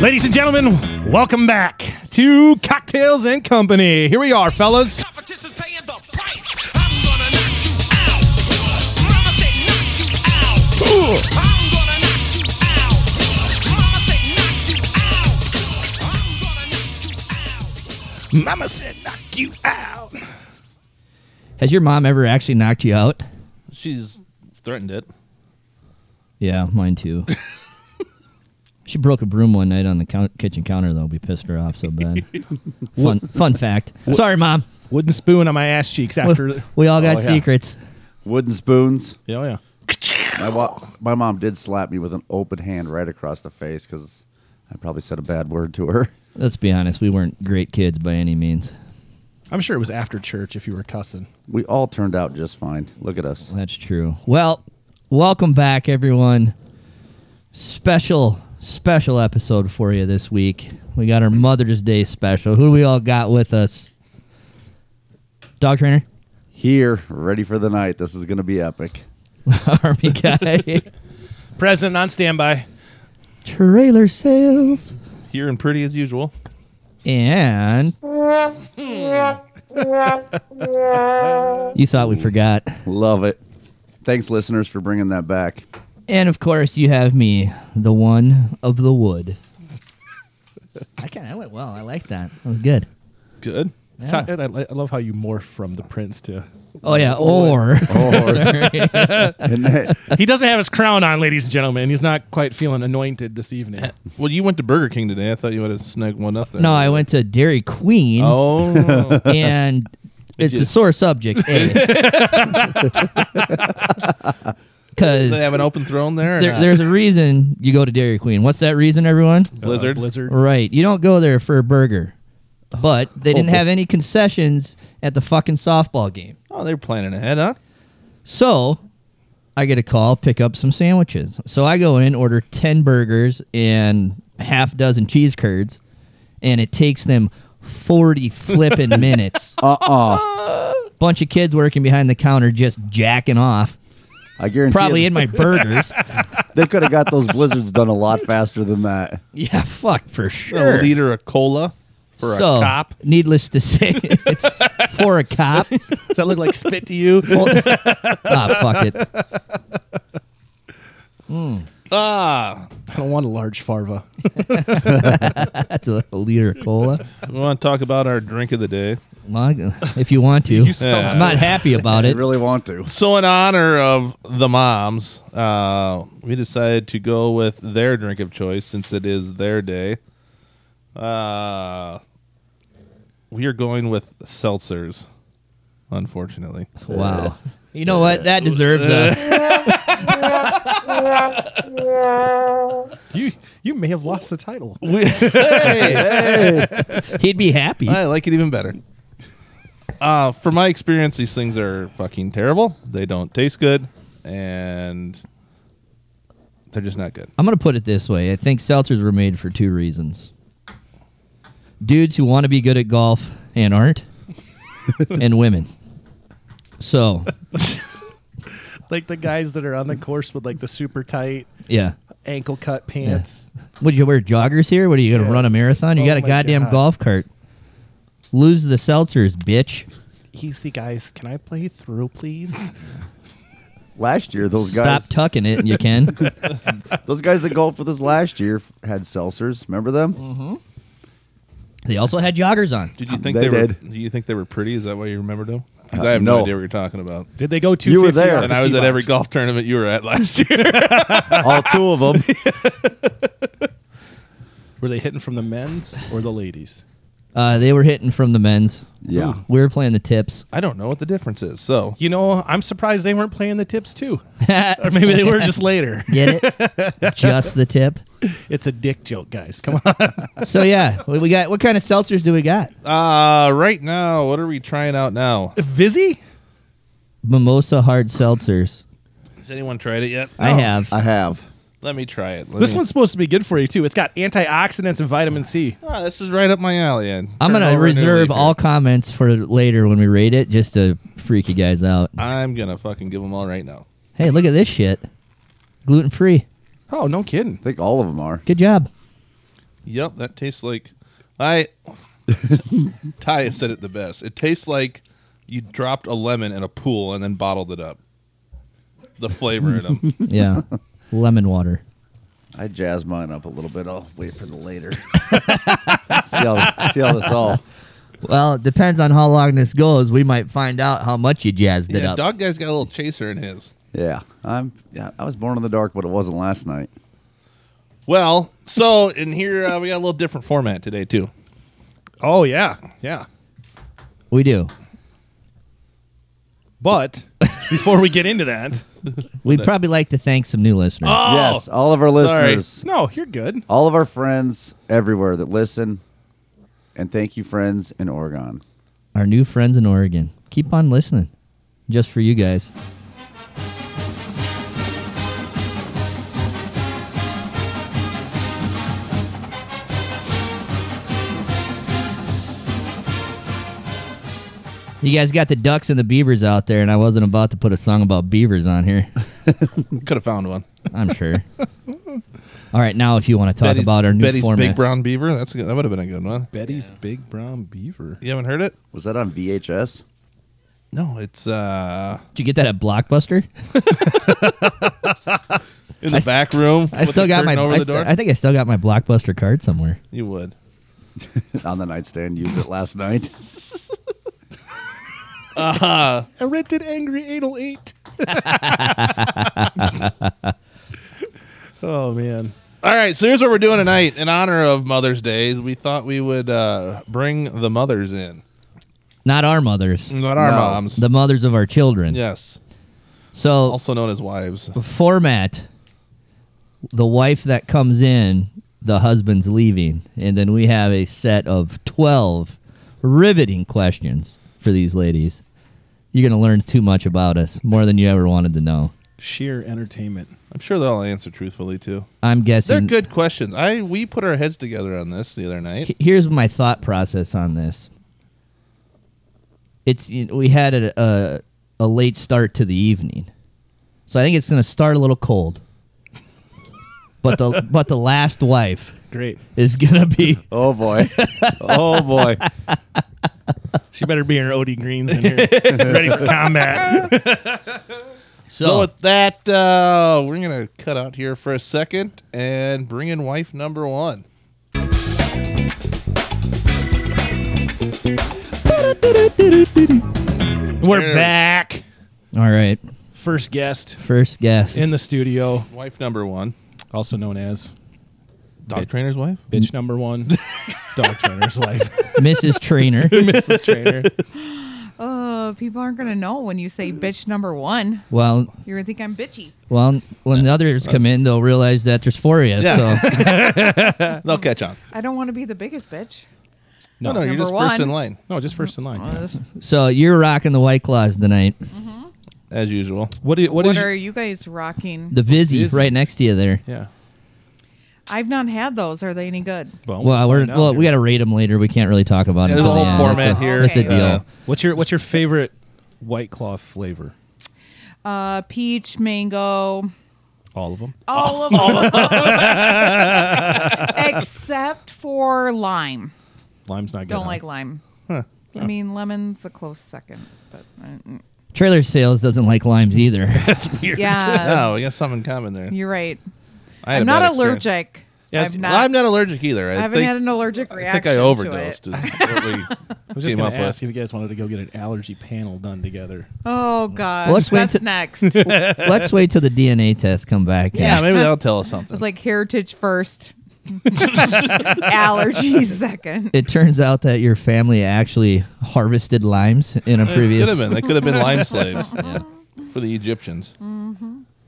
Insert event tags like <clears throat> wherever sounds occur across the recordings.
Ladies and gentlemen, welcome back to Cocktails and Company. Here we are, fellas. Competition's paying the price. I'm gonna knock you out. Mama said knock you out. I'm gonna knock you out. Mama said knock you out. I'm gonna knock you out. Mama said knock you out. Has your mom ever actually knocked you out? She's threatened it. Yeah, mine <laughs> too. she broke a broom one night on the coun kitchen counter, though. We pissed her off so <laughs> bad. fun, fun fact. Sorry, mom. Wooden spoon on my ass cheeks after. We, we all got Oh, yeah. secrets. Wooden spoons. yeah, oh, yeah. My, wa- my mom did slap me with an open hand right across the face because I probably said a bad word to her. <laughs> Let's be honest. We weren't great kids by any means. I'm sure it was after church if you were cussing. We all turned out just fine. Look at us. That's true. Well, welcome back, everyone. Special, special episode for you this week. We got our Mother's Day special. Who do we all got with us? Dog trainer, <laughs> Here, ready for the night. This is going to be epic. army <laughs> guy, President on standby. trailer sales, Here and pretty as usual. and you thought we forgot. Love it. Thanks, listeners, for bringing <laughs> that back. And of course, you have me, the one of the wood. I kind of went well. I like that. That was good. Good. It's how- I, I love how you morph from the prince to. Oh yeah, or <laughs> Oh. And that- He doesn't have his crown on, ladies and gentlemen. He's not quite feeling anointed this evening. Well, you went to Burger King today. I thought you had to snag one up there. no, I went to Dairy Queen, <laughs> Oh, and it's a sore subject. eh? <laughs> <laughs> A. Because they have an open throne there. or there, not? there's a reason you go to Dairy Queen. What's that reason, everyone? Blizzard. Blizzard. Right, you don't go there for a burger, Oh. but they <laughs> didn't have any concessions at the fucking softball game. Oh, they're planning ahead, huh? So I get a call, pick up some sandwiches. So I go in, order 10 burgers and half dozen cheese curds, and it takes them 40 flipping <laughs> minutes. Uh uh Uh-uh. <laughs> Bunch of kids working behind the counter just jacking off, I guarantee probably you, in my <laughs> burgers. they could have got those blizzards done a lot faster <laughs> than that. yeah, fuck, for A sure. liter of cola for so, a cop. needless to say, <laughs> it's for a <laughs> cop. Does that look like spit to <laughs> you? Well, ah, fuck it. Ah. I don't want a large farva. That's a liter of cola. we want to talk about our drink of the day. Well, If you want to, sound I'm not happy about I it. really want to. So, in honor of the moms, uh, we decided to go with their drink of choice since it is their day. Uh, we are going with seltzers, unfortunately. Wow. You know what? That deserves a. You you may have lost the title. We- He'd be happy. <laughs> I like it even better. Uh, from my experience, these things are fucking terrible. They don't taste good, and they're just not good. I'm going to put it this way I think seltzers were made for two reasons dudes who want to be good at golf and aren't, and women. So, Like the guys that are on the course with like the super tight yeah. ankle cut pants. Would you wear joggers here? What are you going to Yeah. run a marathon? You Oh got a my goddamn God. golf cart. Lose the seltzers, bitch. He's the guys. Can I play through, please? <laughs> Last year, those guys, Stop tucking it, and you can. those guys that golfed with us last year f- had seltzers. Remember them? Mm-hmm. they also had joggers on. Did you think Uh, They they, were? did. Do you think they were pretty? Is that why you remembered them? 'Cause Uh, I have no. no. idea what you're talking about. Did they go two? You were there. And I was at every golf tournament you were at <laughs> last year. All two of them. Were they hitting from the men's or the ladies? Uh, they were hitting from the men's. Yeah. We were playing the tips. <laughs> I don't know what the difference is. So You know, I'm surprised they weren't playing the tips too, or maybe they were just later. Get it? Just the tip. <laughs> It's a dick joke, guys. Come on. <laughs> So yeah, we, we got what kind of seltzers do we got? uh, right now, what are we trying out now? Vizzy? Mimosa hard seltzers. Has anyone tried it yet? I <laughs> have. I have. Let me try it. Let This me- one's supposed to be good for you too. It's got antioxidants and vitamin C. Ah, this is right up my alley. Ed. I'm Turn gonna over a new leaf reserve here. all comments for later when we rate it, just to freak you guys out. I'm gonna fucking give them all right now. Hey, look at this shit. Gluten free. Oh, no kidding. I think all of them are. Good job. Yep, that tastes like I Ty said it the best. It tastes like you dropped a lemon in a pool and then bottled it up. The flavor in them. <laughs> Yeah, lemon water. I jazz mine up a little bit. I'll wait for the later. <laughs> see, how, see how this all. Well, it depends on how long this goes. We might find out how much you jazzed it yeah, up. dog guy's got a little chaser in his. Yeah, I'm. Yeah, I was born in the dark, but it wasn't last night. Well, so in here uh, we got a little different format today too. Oh yeah, yeah. we do. <laughs> But before we get into that, We'd probably like to thank some new listeners. yes, all of our listeners, no, you're good. all of our friends everywhere that listen, and thank you, friends in Oregon. Our new friends in Oregon. Keep on listening, just for you guys. You guys got the ducks and the beavers out there, and I wasn't about to put a song about beavers on here. Could have found one. I'm <laughs> sure. All right, now if you want to talk Betty's- about our new Betty's format, Big Brown Beaver. That's a good, that would have been a good one. Betty's big brown beaver. You haven't heard it? Was that on VHS? No, it's uh did you get that at Blockbuster? in the back room. I with still the got my. curtain over I, the st- door. I think I still got my Blockbuster card somewhere. you would. <laughs> on the nightstand, used it last <laughs> night. I rented Angry 808. oh man. All right, so here's what we're doing tonight in honor of Mother's Day. We thought we would uh, bring the mothers in, Not our mothers, not our No. moms. the mothers of our children. yes, So also known as wives. format: the wife that comes in, the husband's leaving, and then we have a set of twelve riveting questions for these ladies. You're gonna learn too much about us, more than you ever wanted to know. Sheer entertainment. I'm sure they'll answer truthfully too. I'm They're guessing good questions. I we put our heads together on this the other <laughs> night. H- here's my thought process on this. It's you know, we had a, a a late start to the evening, so I think it's going to start a little cold. But the but the last wife Great. is going to be Oh boy! oh boy! She better be in her OD greens in <laughs> here, ready for combat. <laughs> So, <laughs> so. with that, uh, we're gonna cut out here for a second and bring in wife number one. We're back. All right, First guest first guest. <laughs> in the studio, Wife number one, also known as dog trainer's wife. bitch number one, <laughs> dog trainer's wife, <laughs> Mrs. Trainer. Mrs. Trainer. Oh, people aren't gonna know when you say bitch number one. Well, You're gonna think I'm bitchy. well, when the others come in, they'll realize that there's four of you. Yeah. So They'll catch on. I don't want to be the biggest bitch. No, no, you're Number just first one. in line No, just first in line. so you're rocking the white claws tonight. as usual. What do you, What, what is are you guys rocking? The Vizzy right next to you there. yeah. I've not had those. Are they any good? Well, we're, find out well here. we got to rate them later. We can't really talk about Yeah, it. there's a until whole the end. format It's a- here. It's a Okay. deal. Uh, What's your what's your favorite White Claw flavor? Uh, peach, mango, All of them. <laughs> all of them, except for lime. Lime's not good. Don't huh? like lime. I mean, lemon's a close second. But uh, Trailer sales doesn't like limes either. <laughs> yeah, Oh, we got something in common there. you're right. I had Uh, I'm a bad not experience. allergic. Yes, I'm Well, not. I'm not allergic either. I, I haven't think, had an allergic I reaction think I overdosed. to Is it. what <laughs> we I was just came going up to ask with. if you guys wanted to go get an allergy panel done together. Oh gosh, let's wait that's till- next. It Let's wait till the DNA test come back. Yeah, maybe that'll tell us something. was like heritage first, <laughs> allergies second. It turns out that your family actually harvested limes in a It previous. could have been. They could have <laughs> been lime slaves for the Egyptians.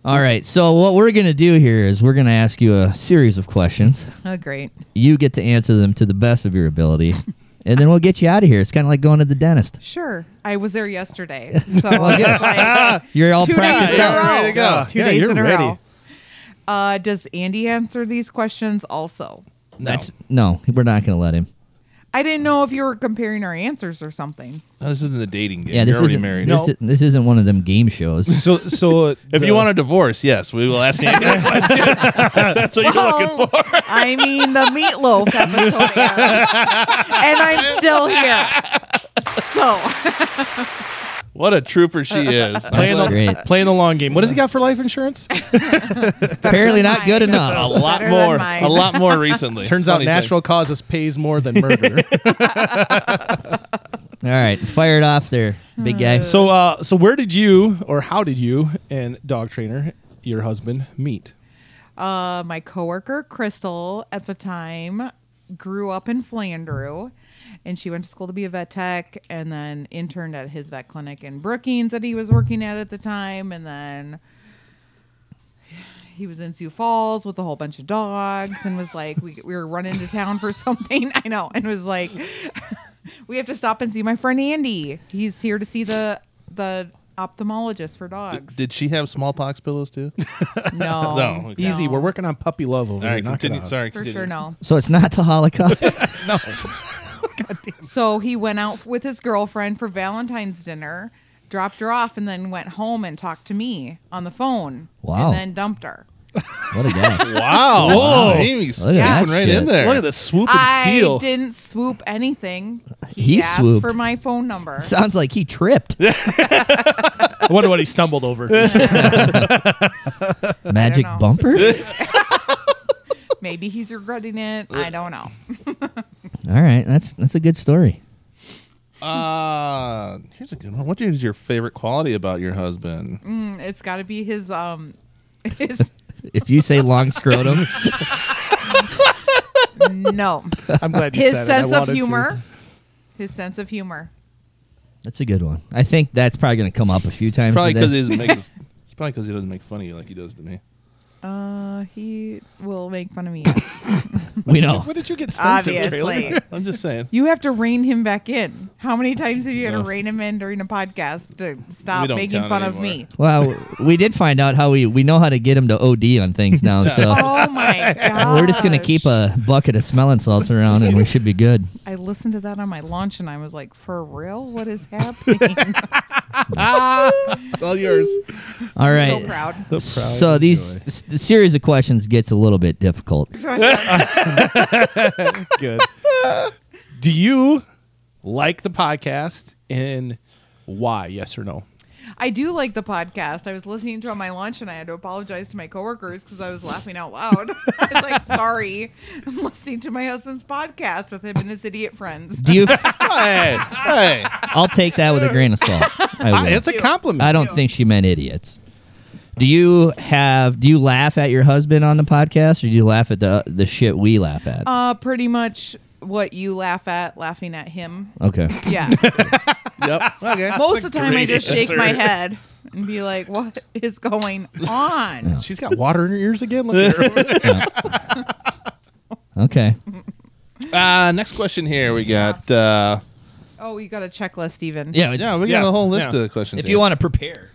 All right. So what we're gonna do here is we're gonna ask you a series of questions. Oh great. You get to answer them to the best of your <laughs> ability, and then we'll get you out of here. It's kind of like going to the dentist. Sure, I was there <laughs> yesterday, so it's like You're all two days practiced in out. a row. ready to go. Two Yeah, days you're in a ready. row. Uh, does Andy answer these questions also? No. That's no. We're not gonna let him. I didn't know if you were comparing our answers or something. No, this isn't the dating game. Yeah, this You're already isn't, married. This, is, this isn't one of them game shows. So, <laughs> so If you want a divorce, yes, we will ask you. any questions. That's what you're looking for. Well, <laughs> I mean the meatloaf episode, aired, and I'm still here. So What a trooper she is. playing the, That's <laughs> great. playing the long game, what does he got for life insurance? Apparently not good mine. a enough. lot Better than more. mine. A lot more recently. <laughs> Turns out Funny thing. natural causes pays more than murder. All right, fire it off there, big <laughs> guy. so, uh, so where did you or how did you and dog trainer, your husband, meet? uh, my coworker Crystal at the time grew up in Flandreau, and she went to school to be a vet tech, and then interned at his vet clinic in Brookings that he was working at at the time, and then he was in Sioux Falls with a whole bunch of dogs, and was like, we we were running to town for <laughs> something, I know, and was like, <laughs> we have to stop and see my friend Andy. He's here to see the the ophthalmologist for dogs. Did she have smallpox pillows <laughs> too? <laughs> No, No, okay. Easy, No. we're working on puppy love over All here. right, knock it continue. out. Sorry, for continue. sure no. So it's not the Holocaust. <laughs> So he went out with his girlfriend for Valentine's dinner, dropped her off, and then went home and talked to me on the phone. Wow. And then dumped her. what a guy. Wow, Whoa. Amy's Look at that swooping right shit. in there. Look at the swoop and I steal. didn't swoop <laughs> anything. He, He asked swooped. for my phone number. Sounds like he tripped. I wonder what he stumbled over. Magic know. bumper? All Maybe he's regretting it. Uh. I don't know. <laughs> right, that's that's a good story. Uh, here's a good one. What is your favorite quality about your husband? Mm, It's got to be <laughs> his um his If you say long scrotum, no <laughs> I'm glad you his said sense it. I of wanted to. humor. His sense of humor. that's a good one. I think that's probably going to come up a few times. Probably today. because he doesn't make. us- it's probably because he doesn't make fun of you like he does to me. Uh, he will make fun <laughs> of me. we know. What did you get sense of, Traylon? obviously. <laughs> I'm just saying. You have to rein him back in. How many times have you had to Ugh. rein him in during a podcast to We stop don't making count fun of anymore. me? Well, we did find out how we we know how to get him to OD on things now. So Oh my <laughs> god! we're just going to keep a bucket of smelling salts around, and we should be good. I listened to that on my launch, and I was like, "For real? What is happening?" <laughs> It's all yours. All so right. proud. <laughs> So these s- the series of questions gets a little bit difficult. So I said, <laughs> Good. Do you like the podcast and why? Yes or no? I do like the podcast. I was listening to it on my launch, and I had to apologize to my coworkers because I was laughing out loud. <laughs> I was like, "Sorry, I'm listening to my husband's podcast with him and his idiot friends." <laughs> Do you? f- hey, hey. I'll take that with a grain of salt. I, will. Ah, it's a compliment. I don't think she meant idiots. Do you have? Do you laugh at your husband on the podcast, or do you laugh at the the shit we laugh at? Uh, pretty much what you laugh at, laughing at him. okay. Yeah. Yep. Okay. <laughs> Most of the time, I great just shake my answer. head and be like, "What is going <laughs> on?" She's got water in her ears again. Look at her. Okay. <laughs> Uh, next question here. We got. Uh, Oh, you got a checklist, even. Yeah. It's, yeah, we got Yeah, a whole list yeah. of questions. If you want to prepare,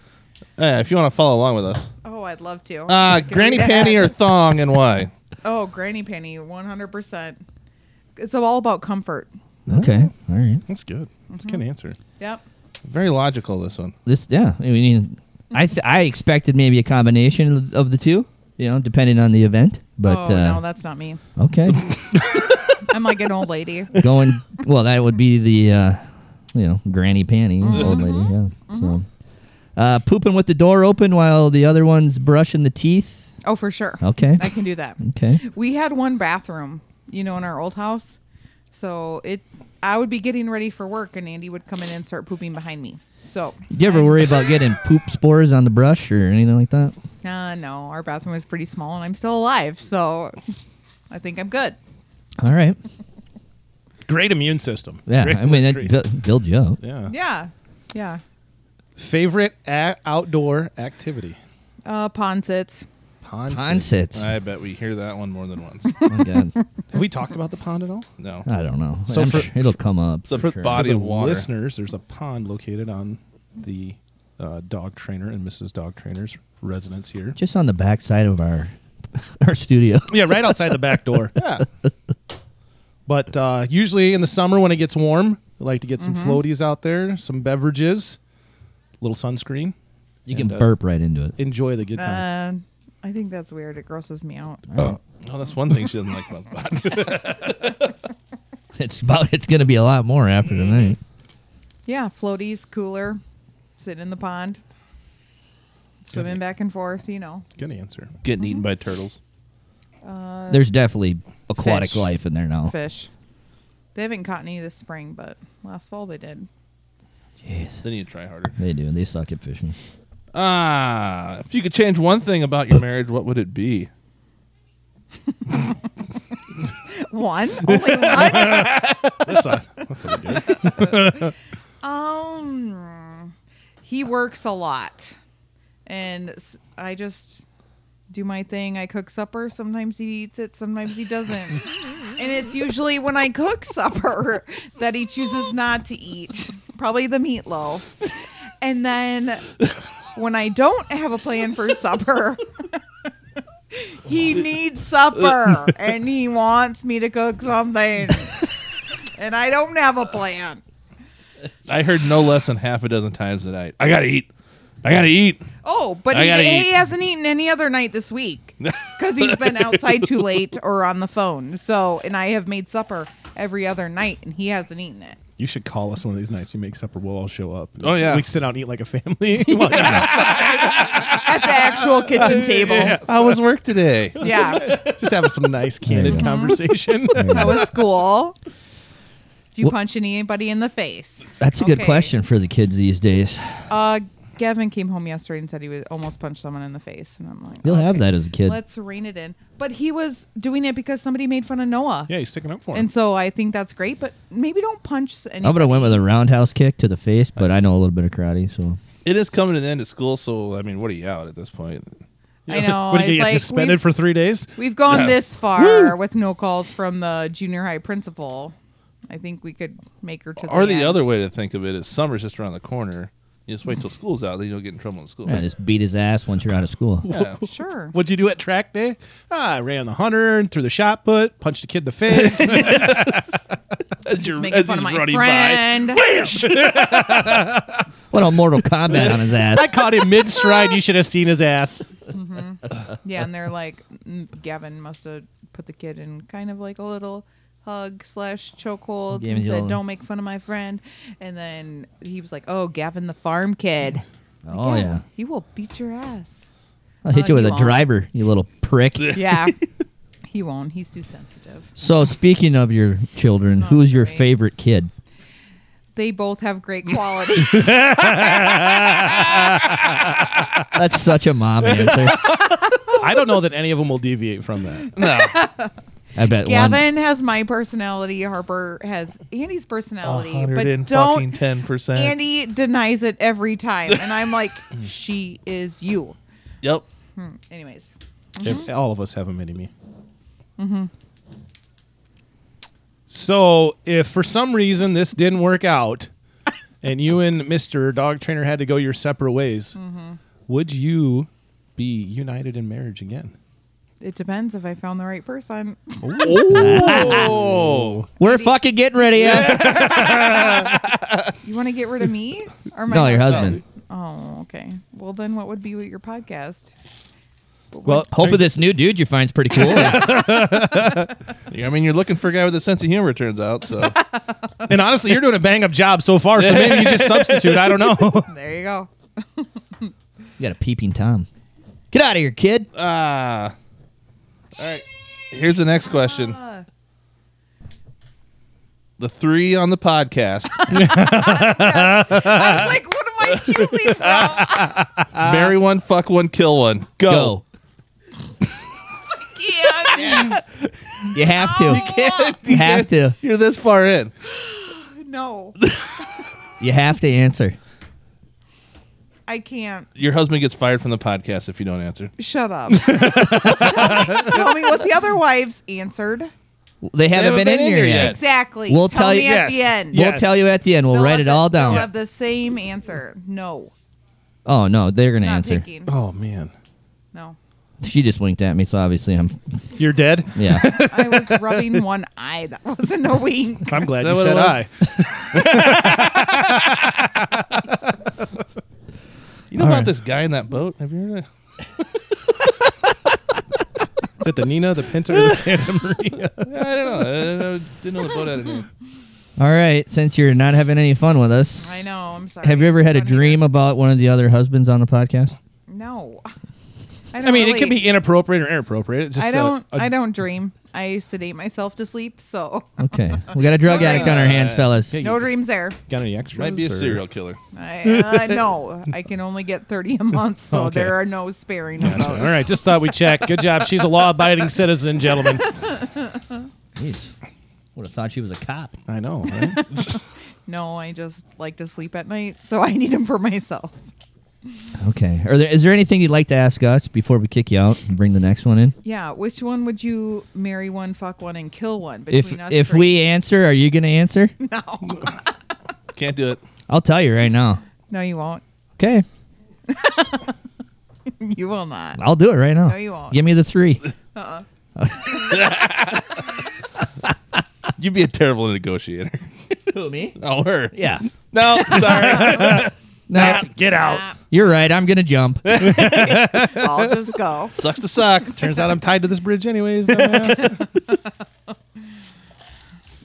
to, if you want to follow along <laughs> with us, Oh, I'd love to. uh, Give me granny that. panty or thong, and why? <laughs> oh, granny panty, one hundred percent. It's all about comfort. okay. All right. That's good. That's a Mm-hmm. good answer. Yep. Very logical. This one. This yeah. I mean, I th- I expected maybe a combination of the two. You know, depending on the event. But oh uh, no, that's not me. okay, I'm like an <laughs> old lady. going well. That would be the uh, you know granny panty old lady. Yeah. So. Uh, pooping with the door open while the other one's brushing the teeth. Oh, for sure. Okay. I can do that. Okay. We had one bathroom, you know, in our old house, so it. I would be getting ready for work, and Andy would come in and start pooping behind me. So, Do you ever worry about getting poop spores on the brush or anything like that? uh, no, our bathroom was pretty small, and I'm still alive, so I think I'm good. All right. Great immune system. Yeah. Great- I mean, that great- bu- build you up. Yeah. Yeah. Yeah. favorite a- outdoor activity. Uh, pond sits. Pond. Pond sits. I bet we hear that one more <laughs> than once. Oh my God. Have we talked about the pond at all? No. I don't know. So I'm for- sure it'll come up. So for for sure. body For of the water. Listeners, there's a pond located on the uh, dog trainer and Mrs. Dog Trainer's residence here. Just on the back side of <laughs> our our studio. Yeah, right outside the back door. Yeah. But uh, usually in the summer when it gets warm, I like to get Mm-hmm. some floaties out there, some beverages, little sunscreen. You can And, uh, burp right into it. Enjoy the good time. Uh, I think that's weird. It grosses me out. Oh, that's one thing she doesn't like about vodka. It's about. It's gonna be a lot more after tonight. Yeah, floaties, cooler, sitting in the pond, swimming back and forth. You know, Good answer. Getting eaten by turtles. There's definitely aquatic Fish. life in there now. fish. They haven't caught any this spring, but last fall they did. Jeez. They need to try harder. They do. They suck at fishing. Ah, if you could change one thing about your marriage, what would it be? One, only one. That's not, that's not good. <laughs> Um, he works a lot, and s- I just do my thing. I cook supper. Sometimes he eats it. Sometimes he doesn't. and it's usually when I cook supper that he chooses not to eat. Probably the meatloaf. And then when I don't have a plan for supper. He needs supper <laughs> and he wants me to cook something. And I don't have a plan. I heard no less than half a dozen times tonight. I gotta eat. I gotta eat. Oh, but I he, gotta he eat. hasn't eaten any other night <laughs> this week because he's been outside too late or on the phone. So, and I have made supper every other night, and he hasn't eaten it. You should call us one of these nights. You make supper, we'll all show up. Oh, yeah. we can sit down and eat like a family. <laughs> Well, <laughs> At the actual kitchen <laughs> table. Yeah. How was work today? Just having some nice candid Yeah. <laughs> conversation. How was school? Do you Wha- punch anybody in the face? That's a good Okay. question for the kids these days. Uh, Gavin came home yesterday and said he was almost punched someone in the face, and I'm like, You'll have okay, that as a kid. Let's rein it in. But he was doing it because somebody made fun of Noah, yeah, he's sticking up for him. and so I think that's great. But maybe don't punch I would anybody. have went with a roundhouse kick to the face, but I know a little bit of karate, so <laughs> It is coming to the end of school, so I mean, what are you out at this point? I know. What, did I he was get like, suspended we've- for three days? We've gone Yeah. this far with no calls from the junior high principal. I think we could make her to. Or the end. other way to think of it is summer's just around the corner. You just wait till school's out, then you'll get in trouble in school. yeah, just beat his ass once you're out of <laughs> school. Yeah. Sure. What'd you do at track day? Ah, I ran the hunter and threw the shot put, punched a kid in the <laughs> face. As Just you're- making as fun of he's my running by. friend. What a Mortal Kombat on his ass. I caught him mid stride. You should have seen his ass. <laughs> Yeah, and they're like, "Mm, Gavin must have put the kid in kind of like a little hug slash chokehold Gave and him the said, old- "Don't make fun of my friend." And then he was like, "Oh, Gavin the farm kid." Oh yeah. he will beat your <laughs> ass. I'll hit Uh, you with you a won't. driver, you little prick. Yeah, he won't. He's too sensitive. so speaking of your children, Not who's your great. favorite kid? They both have <laughs> great qualities. That's such a <laughs> mom answer. I don't know that any of them will deviate from that. No. I bet one. Gavin has my personality. Harper has Andy's personality. But don't. 110%. Andy denies it every time. And I'm like, <laughs> she is you. Yep. Anyways, Mm-hmm. If- All of us have a mini me. So, if for some reason this didn't work <laughs> out and you and Mr. Dog Trainer had to go your separate ways, Mm-hmm. would you be united in marriage again? it depends if I found the right person. Oh. We're fucking getting ready. Yeah. You want to get rid of <laughs> me or my No, your husband. Oh, okay. Well, then what would be your podcast? Well, Hopefully this new dude you find's pretty cool. I mean, you're looking for a guy with a sense of humor, it turns out. So <laughs> and honestly, you're doing a bang up job so far, so maybe you <laughs> just substitute. I don't know. <laughs> There you go. You got a peeping Tom. Get out of here, kid. Ah. All right. Here's the next question. Ah. The three on the <laughs> podcast. I was like, what am <laughs> I choosing from? Ah. Marry one, fuck one, kill one. Go. Go. Yes. You have to. <laughs> You have to. You're this far in. No, You have to answer. I can't. Your husband gets fired from the podcast if you don't answer. Shut up. <laughs> tell, me, tell me what the other wives answered. They haven't, been, in here yet. Exactly. We'll tell, tell me you- at the Yes. end. Yeah. We'll tell you at the end. We'll They'll write have it the- all They'll down. have the same answer. No, Oh no, they're gonna not answer. taking. Oh, man. No, She just winked at me, so obviously <laughs> I'm. You're dead. Yeah. I was rubbing one eye. That <laughs> wasn't a wink. I'm glad Is that you what it said I. was? <laughs> You know All about right. this guy in that boat? Have you heard of Is it the Nina, the Pinta, <laughs> or the Santa Maria? <laughs> I don't know. I didn't know, didn't know the boat had a name. All right. Since you're not having any fun with us, I know. I'm sorry. Have you ever had a Don't even- dream about one of the other husbands on the podcast? No. <laughs> don't I mean, it really- can be inappropriate or inappropriate. It's just I don't. A, I a I don't dream. I sedate myself to sleep, so <laughs> Okay, we got a drug addict on our hands, fellas. Yeah, you no dreams there. Got any extras? Might be a or- serial killer. I uh, no. I can only get thirty a month, so Okay. there are no sparing of All those. right, just thought we'd check. Good job. She's a law-abiding citizen, gentlemen. Jeez. Would have thought she was a cop. I know. Right? No, I just like to sleep at night, so <laughs> I need them for myself. Okay. Are there, is there anything you'd like to ask us before we kick you out and bring the next one in? Yeah, which one would you marry one, fuck one, and kill one between If us? if three? we answer, are you going to <laughs> answer? no, <laughs> Can't do it. I'll tell you right now. no, you won't. <laughs> Okay, You <laughs> will not. I'll do it right now. No, you won't. Give me the three. You'd be a terrible negotiator. Who me? <laughs> Oh, her. Yeah. No, <laughs> sorry. No, Get out. you're right. I'm going to jump. I'll just go. Sucks to suck. Turns out I'm tied to this bridge, anyways. dumbass.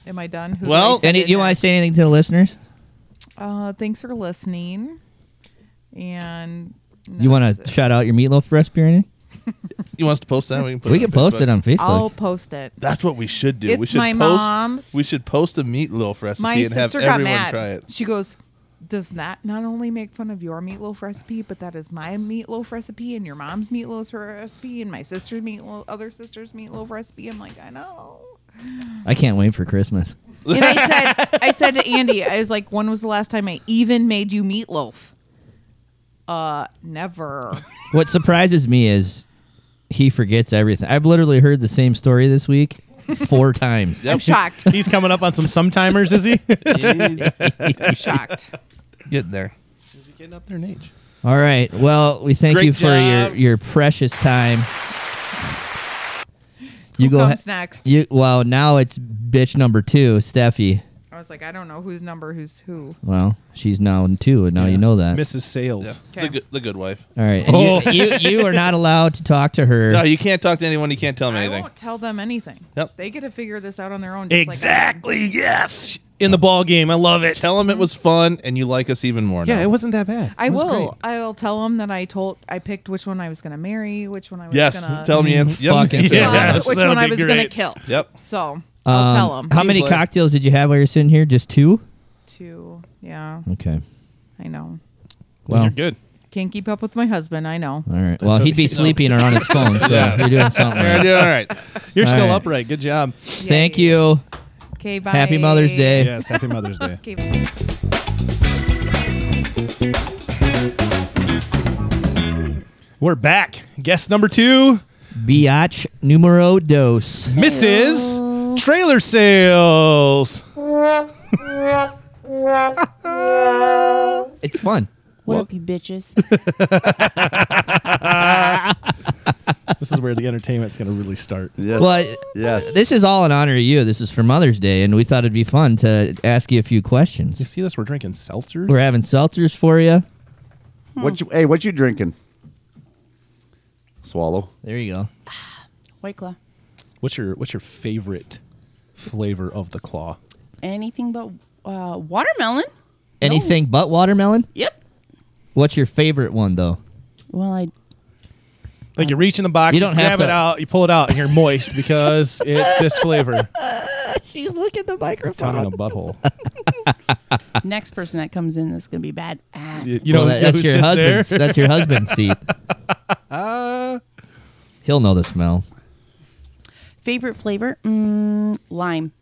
Am I done? Who do I Well- send Any, in you want to next? say anything to the listeners? Uh, thanks for listening, and You want to shout out your meatloaf recipe or anything? You want us to post that? We can, put We can post it Facebook. on Facebook. I'll post it. That's what we should do. we It's should my post, mom's. We should post a meatloaf recipe My and have sister got everyone mad. try it. She goes, "Does that not only make fun of your meatloaf recipe, but that is my meatloaf recipe and your mom's meatloaf recipe and my sister's meatloaf, other sister's meatloaf recipe?" I'm like, "I know." I can't wait for Christmas. And I said, I said to Andy, I was like, "When was the last time I even made you meatloaf?" Uh, never. What surprises me is he forgets everything. I've literally heard the same story this week four times. I'm shocked. He's coming up on some sometimers, is <laughs> he? <laughs> I'm shocked. Getting there. Getting up there in age. All right. Well, we thank Great you for your, job. your precious time. You Who go comes ahe- next? You well now it's bitch number two, Steffi. I was like, I don't know whose number, who's who. Well, she's now in two, and now you know that. Mrs. Sales. Yeah. Okay. The, good, the good wife. All right. And you, you you are not allowed to talk to her. No, you can't talk to anyone. You can't tell them I anything. won't tell them anything. Yep. They get to figure this out on their own. Just Exactly. Yes. In the ball game, I love it. Tell them it was fun and you like us even more. yeah, now. it wasn't that bad. Like I, I It was will. great. I will tell them that I told. I picked which one I was going to marry, which one I was Yes. going to <laughs> Tell them you answer. Yep. Fucking <laughs> um, Yeah. Yes, which that'll one I be was going to great. kill. Yep. So I'll Um, tell 'em. tell them. How many Teamwork. cocktails did you have while you're sitting here? Just two. Two. Yeah, Okay. I know. Well, You're good. Can't keep up with my husband. I know. All right. Well, he'd be sleeping or on his phone, so you're doing something. All right. right, all right. You're All still right. upright. Good job. Thank you. Okay. Bye. Happy Mother's Day. Yes. Happy Mother's Day. Okay. <laughs> We're back. Guest number two, Biatch numero dos. Mrs. Trailer Sales. It's fun. What up, you bitches? This is where the entertainment's going to really start. Yes. Well, yes. this is all in honor of you. This is for Mother's Day, and we thought it'd be fun to ask you a few You questions. see this? We're drinking seltzers. We're having seltzers for you. what you? Hey, what you drinking? Swallow. There you go. White Claw. what's your What's your favorite flavor of the claw? Anything but uh, watermelon? Anything but watermelon? Yep. What's your favorite one, though? <laughs> Well, I Like you reach in the box, You you, don't have grab it to- out, you pull it out, and you're moist <laughs> because it's this flavor. She's looking at the Tongue in a microphone. butthole. next person that comes in is gonna be bad ass. <laughs> You, you Well, don't that- know that's who your sits <laughs> husband's. there. That's your husband's seat. He'll know the smell. Favorite flavor? Mm, lime.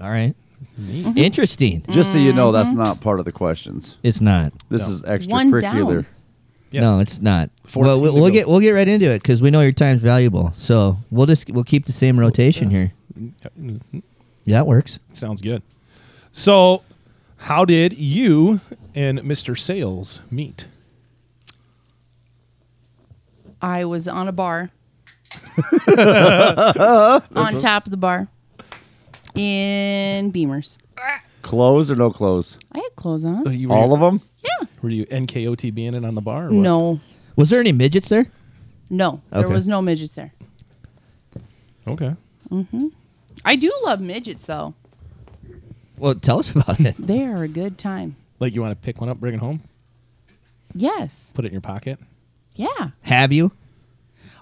All right. Mm-hmm. Interesting. Just so you know, that's not part of the questions. It's not. This No. is One extracurricular. down. Yeah. No, it's not. 14 Well, we'll, to we'll go. get we'll get right into it because we know your time's valuable. So we'll just we'll keep the same rotation here. Mm-hmm. Yeah, that works. Sounds good. So, how did you and Mr. Sales meet? I was on <laughs> a bar, on top of the bar, in Beamers. Clothes or no clothes? I had clothes Uh, on. You were, All of them? Yeah. were you NKOT being it on the bar? Or what? No, Was there any midgets there? no, there Okay. was no midgets there. Okay. I do love midgets though. Well, tell us <laughs> about it. They are a good time. Like you want to pick one up, bring it home, Yes. put it in your pocket. Yeah. Have you?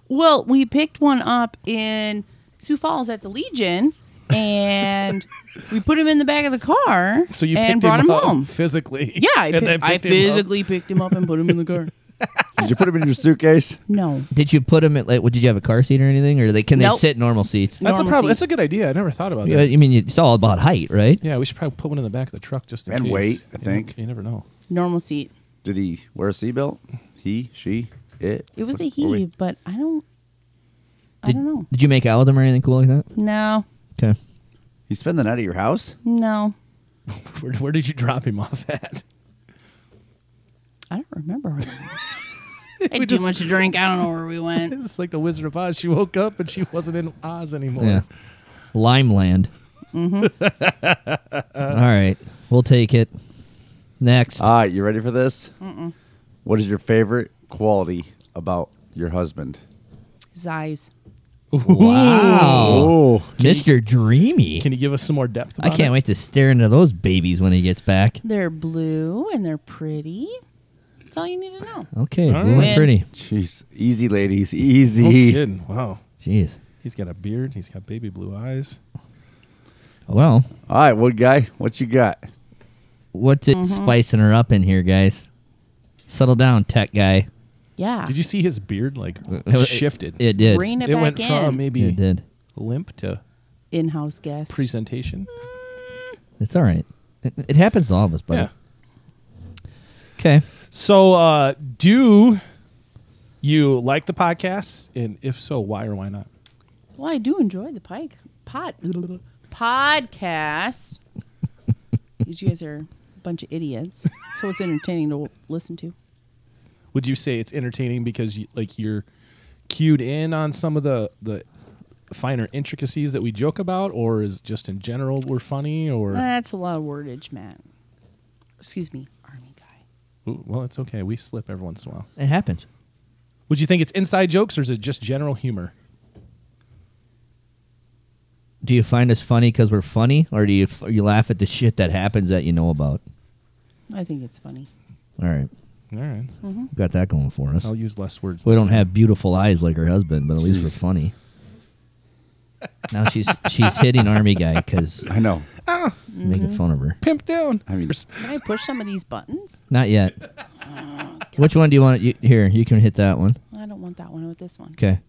Well, we picked one up in Sioux Falls at the Legion, <laughs> and we put him in the back of the car. So you picked and brought him, him, up home. physically. Yeah, <laughs> I, and pick- then I picked him up. physically picked him up and put him in <laughs> the car. Did you put them in your suitcase? No, Did you put them at like? Did you have a car seat or anything, or they can they Nope. sit normal seats? That's a normal problem. seat. That's a good idea. I never thought about Yeah, that. I mean, it's all about height, right? Yeah, we should probably put one in the back of the truck just in And case. wait, I You think. never- You never know. normal seat. Did he wear a seatbelt? He, she, it? It was What- a what we- he, but I don't. I Did, don't know. Did you make out with them or anything cool like that? No, Okay. He spent the night at your house? no, Where, where did you drop him off at? <laughs> I don't remember. where we went. I had too much to drink. I don't know where <laughs> we went. <laughs> It's like the Wizard of Oz. She woke up and she wasn't in Oz anymore. Yeah. Limeland. Mm-hmm. all right, we'll take it. Next, All right, you ready for this? What is your favorite quality about your husband? His eyes. wow, Oh, Mr. Dreamy. Can you give us some more depth? I About can't it? wait to stare into those babies when he gets back. They're blue and they're pretty. That's all you need to know. Okay, All blue right. and pretty. jeez. Easy, ladies. No Easy. kidding. Wow. Jeez. He's got a beard. He's got baby blue eyes. Well, All right, wood guy, what you got? what's it Mm-hmm. spicing her up in here, guys? Settle down, tech guy. Yeah. Did you see his beard like was- shifted? Uh, It did. Bring it, It back went in. from maybe It did. limp to in-house guest. presentation. It's all right. It, it happens to all of us, Yeah. buddy. Okay. So, uh, do you like the podcast? And if so, why or why not? Well, I do enjoy the Pike pod <laughs> <laughs> podcast. These you guys are a bunch of idiots, so it's entertaining to listen to. Would you say it's entertaining because you, like you're cued in on some of the the finer intricacies that we joke about, or is just in general we're funny? Or That's a lot of wordage, Matt. Excuse me, Army guy. Ooh, well, it's okay. We slip every once in a while. It happens. Would you think it's inside jokes or is it just general humor? Do you find us funny because we're funny, or do you f- you laugh at the shit that happens that you know about? I think it's funny. All right, All right, got that going for us. I'll use less words. We don't have beautiful eyes like her husband, but at least we're <laughs> funny. Now she's she's hitting army guy because I know. making fun of her. pimp down. I mean, Can I push some of these buttons? Not yet. Which one do you want? You, here, you can hit that one. I don't want that one with this one. Okay.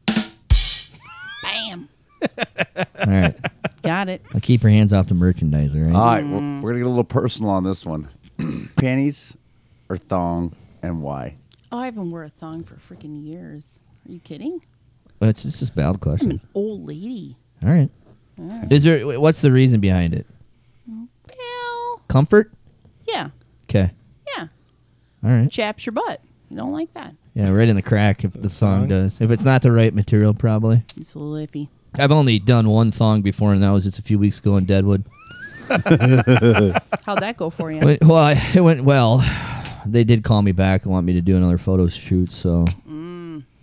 Bam! All right. Got it. I'll keep your hands off the merchandise. All right. All right, we're, we're going to get a little personal on this one. <clears throat> Panties or thong <laughs> and why? Oh, I haven't worn a thong for freaking years. Are you kidding? Well, it's it's just a valid I'm question. an old lady. Hmm. All right. Is there? wh- What's the reason behind it? Well, Comfort. yeah, Okay. yeah. All right. Chaps your butt. You don't like that. Yeah, right in the crack if the thong. thong does. If it's not the right material, probably. It's a little iffy. I've only done one thong before, and that was just a few weeks ago in Deadwood. How'd that go for <laughs> you? Went- well, I, it went well. They did call me back and want me to do another photo shoot, so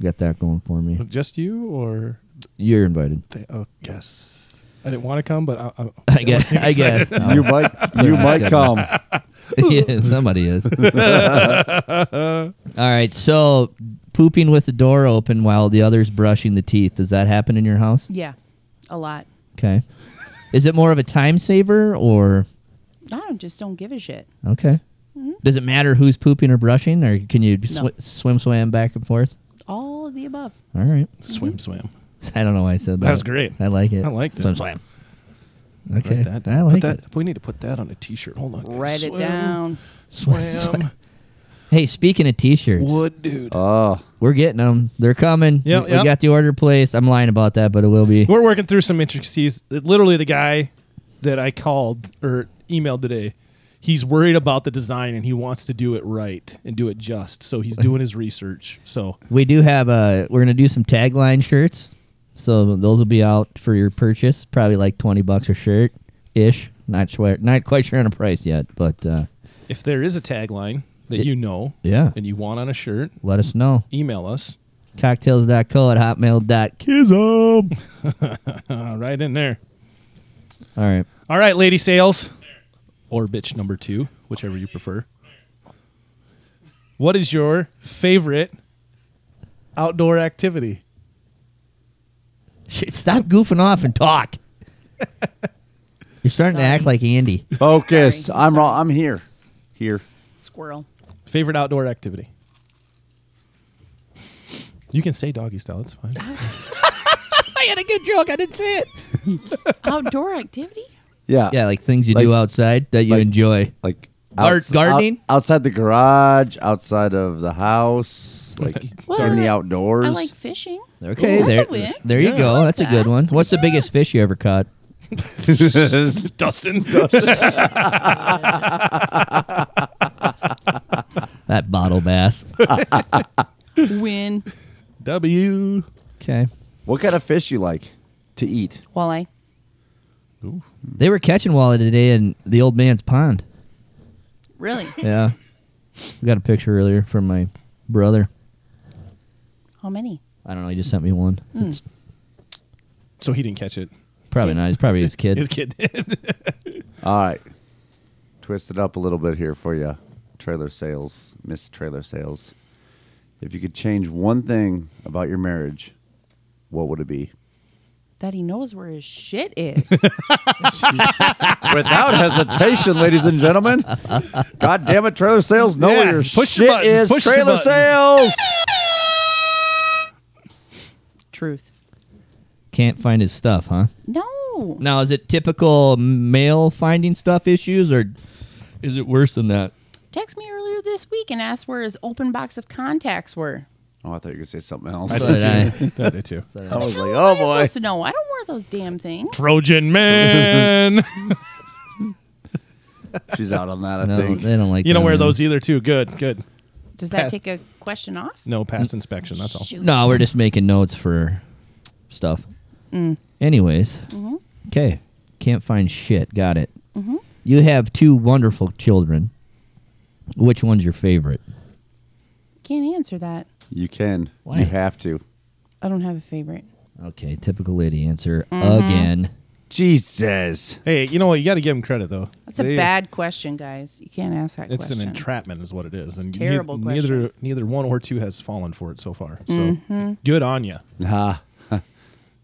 got that going for me. Just you or You're invited. they, oh yes. I didn't want to come, but I, I, <laughs> I guess. <laughs> I guess. You might, you might come. <laughs> yeah, somebody <laughs> is. All right. So, pooping with the door open while the other's brushing the teeth. Does that happen in your house? Yeah, a lot. Okay. Is it more of a time saver or I don't just don't give a shit. okay? Does it matter who's pooping or brushing, or can you sw- No. swim swam back and forth? All of the above. All right. swim, swam. <laughs> I don't know why I said that. That was great. I like it. I liked it. Mm-hmm. swim swam. Okay. That- I put like that, it. We need to put that on a T-shirt. Hold on. guys. Write it swim, down. <laughs> Swam. Hey, speaking of t-shirts, Wood, dude. Oh, we're getting them. They're coming. Yep, we, yep. we got the order placed. I'm lying about that, but it will be. We're working through some intricacies. Literally, the guy that I called or emailed today, he's worried about the design and he wants to do it right and do it just. So he's doing his research. So We do have uh we're gonna do some tagline shirts. So those will be out for your purchase. Probably like twenty bucks a shirt ish. Not sure not quite sure on a price yet, but uh, if there is a tagline that you know Yeah. and you want on a shirt, let us know. email us Cocktails.co at hotmail.kism. uh, right in there. <laughs> All right. All right, lady sales or bitch number two, whichever you prefer. What is your favorite outdoor activity? Shit, Stop goofing off and talk. You're starting to Sorry. act like Andy. Focus. Sorry, I'm sorry. wrong. I'm here. Here. Squirrel. Favorite outdoor activity? You can say doggy style. It's fine. <laughs> I had a good joke. I didn't say it. Outdoor activity? Yeah. Yeah, like things you Like- do outside that you like- enjoy. Like Gar- outs- gardening? out- outside the garage, outside of the house, like Well, in the outdoors. I like fishing. Okay, Ooh, that's there, a win. there you Yeah. go. That's a that. good one. What's the biggest fish you ever caught? <laughs> Dustin. That bottle bass. Win. W. <laughs> okay, what kind of fish you like to eat? Walleye. they were catching walleye today in the old man's pond. Really? Yeah, we got a picture earlier from my brother. How many? I don't know. He just sent me one. It's So he didn't catch it. probably not. It's probably <laughs> his His kid. kid did. All right. Twist it up a little bit here for you. Trailer sales, Miss Trailer Sales. If you could change one thing about your marriage, what would it be? That he knows where his shit is. <laughs> Without hesitation, ladies and gentlemen. <laughs> God damn it, Trailer Sales. Know Yeah, where your push the shit buttons, is. push the trailer buttons. <laughs> Sales. Truth. Can't find his stuff, huh? No. Now, is it typical male finding stuff issues, or is it worse than that? Text me earlier this week and asked where his open box of contacts were. Oh, I thought you were going to say something else. So did I. that did too. uh, I was like, How oh am I <laughs> boy. supposed to know? I don't wear those damn things. Trojan man. She's out on that, I No, think. they don't <laughs> like. you don't that wear one. those either, too. Good, good. Does that Pat- take a question off? No past inspection. That's all. Shoot. No, we're just making notes for stuff. Mm. Anyways, Mm-hmm. okay. Can't find shit. Got it. You have two wonderful children. Which one's your favorite? Can't answer that. You can. Why? You have to. I don't have a favorite. Okay, typical lady answer Mm-hmm. again. <laughs> Jesus. Hey, you know what? You got to give him credit, though. That's a They- bad question, guys. You can't ask that It's question. an entrapment, is what it is. and terrible neith- Neither, neither one or two has fallen for it so far. So Mm. good on you. Nah. <laughs>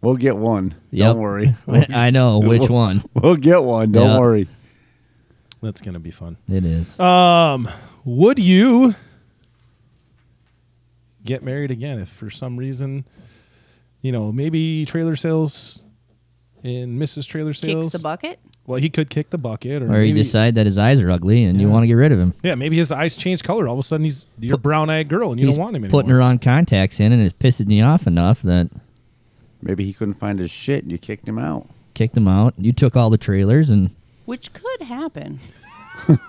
We'll get one. Yep. Don't worry. <laughs> I know <laughs> which one. We'll get one. Don't Yeah. worry. That's gonna be fun. It is. Would you get married again if, for some reason, you know, maybe trailer sales and Mrs. Trailer Sales? Kicks the bucket. Well, he could kick the bucket, or, or you maybe, decide that his eyes are ugly and you want to get rid of him. yeah, maybe his eyes change color. All of a sudden, he's your brown-eyed girl, and you He's don't want him anymore. putting her on contacts in and it's pissing you off enough that Maybe he couldn't find his shit and you kicked him out. kicked him out. You took all the trailers and Which could happen.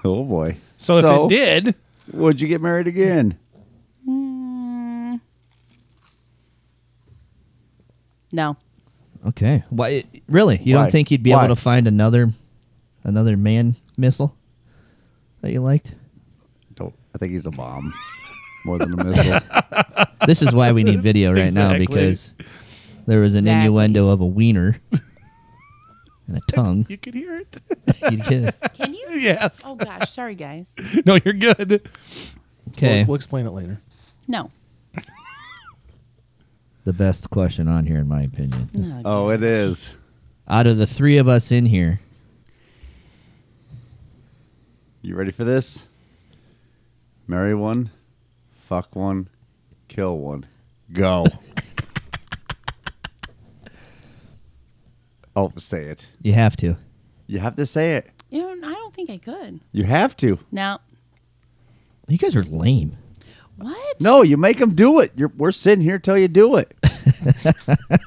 Oh boy. so, if it did, did, would you get married again? No. Okay. Why? Really? You Why? don't think you'd be Why? able to find another, another man missile that you liked? Don't. I think he's a bomb more than a <laughs> missile. This is why we need video right now Exactly. because there was an Exactly. innuendo of a wiener and a tongue. you could hear <laughs> it. You'd <laughs> get- Can you? <laughs> yes. Oh gosh, sorry guys. No, you're good. okay. We'll, we'll explain it later. No. the best question on here, in my opinion. No. oh, it is. Out of the three of us in here, You ready for this? Marry one, fuck one, kill one. Go. <laughs> oh, say it. you have to. You have to say it. You know, I don't think I could. You have to. No. You guys are lame. <laughs> What? No, you make them do it. You're, we're sitting here till you do it.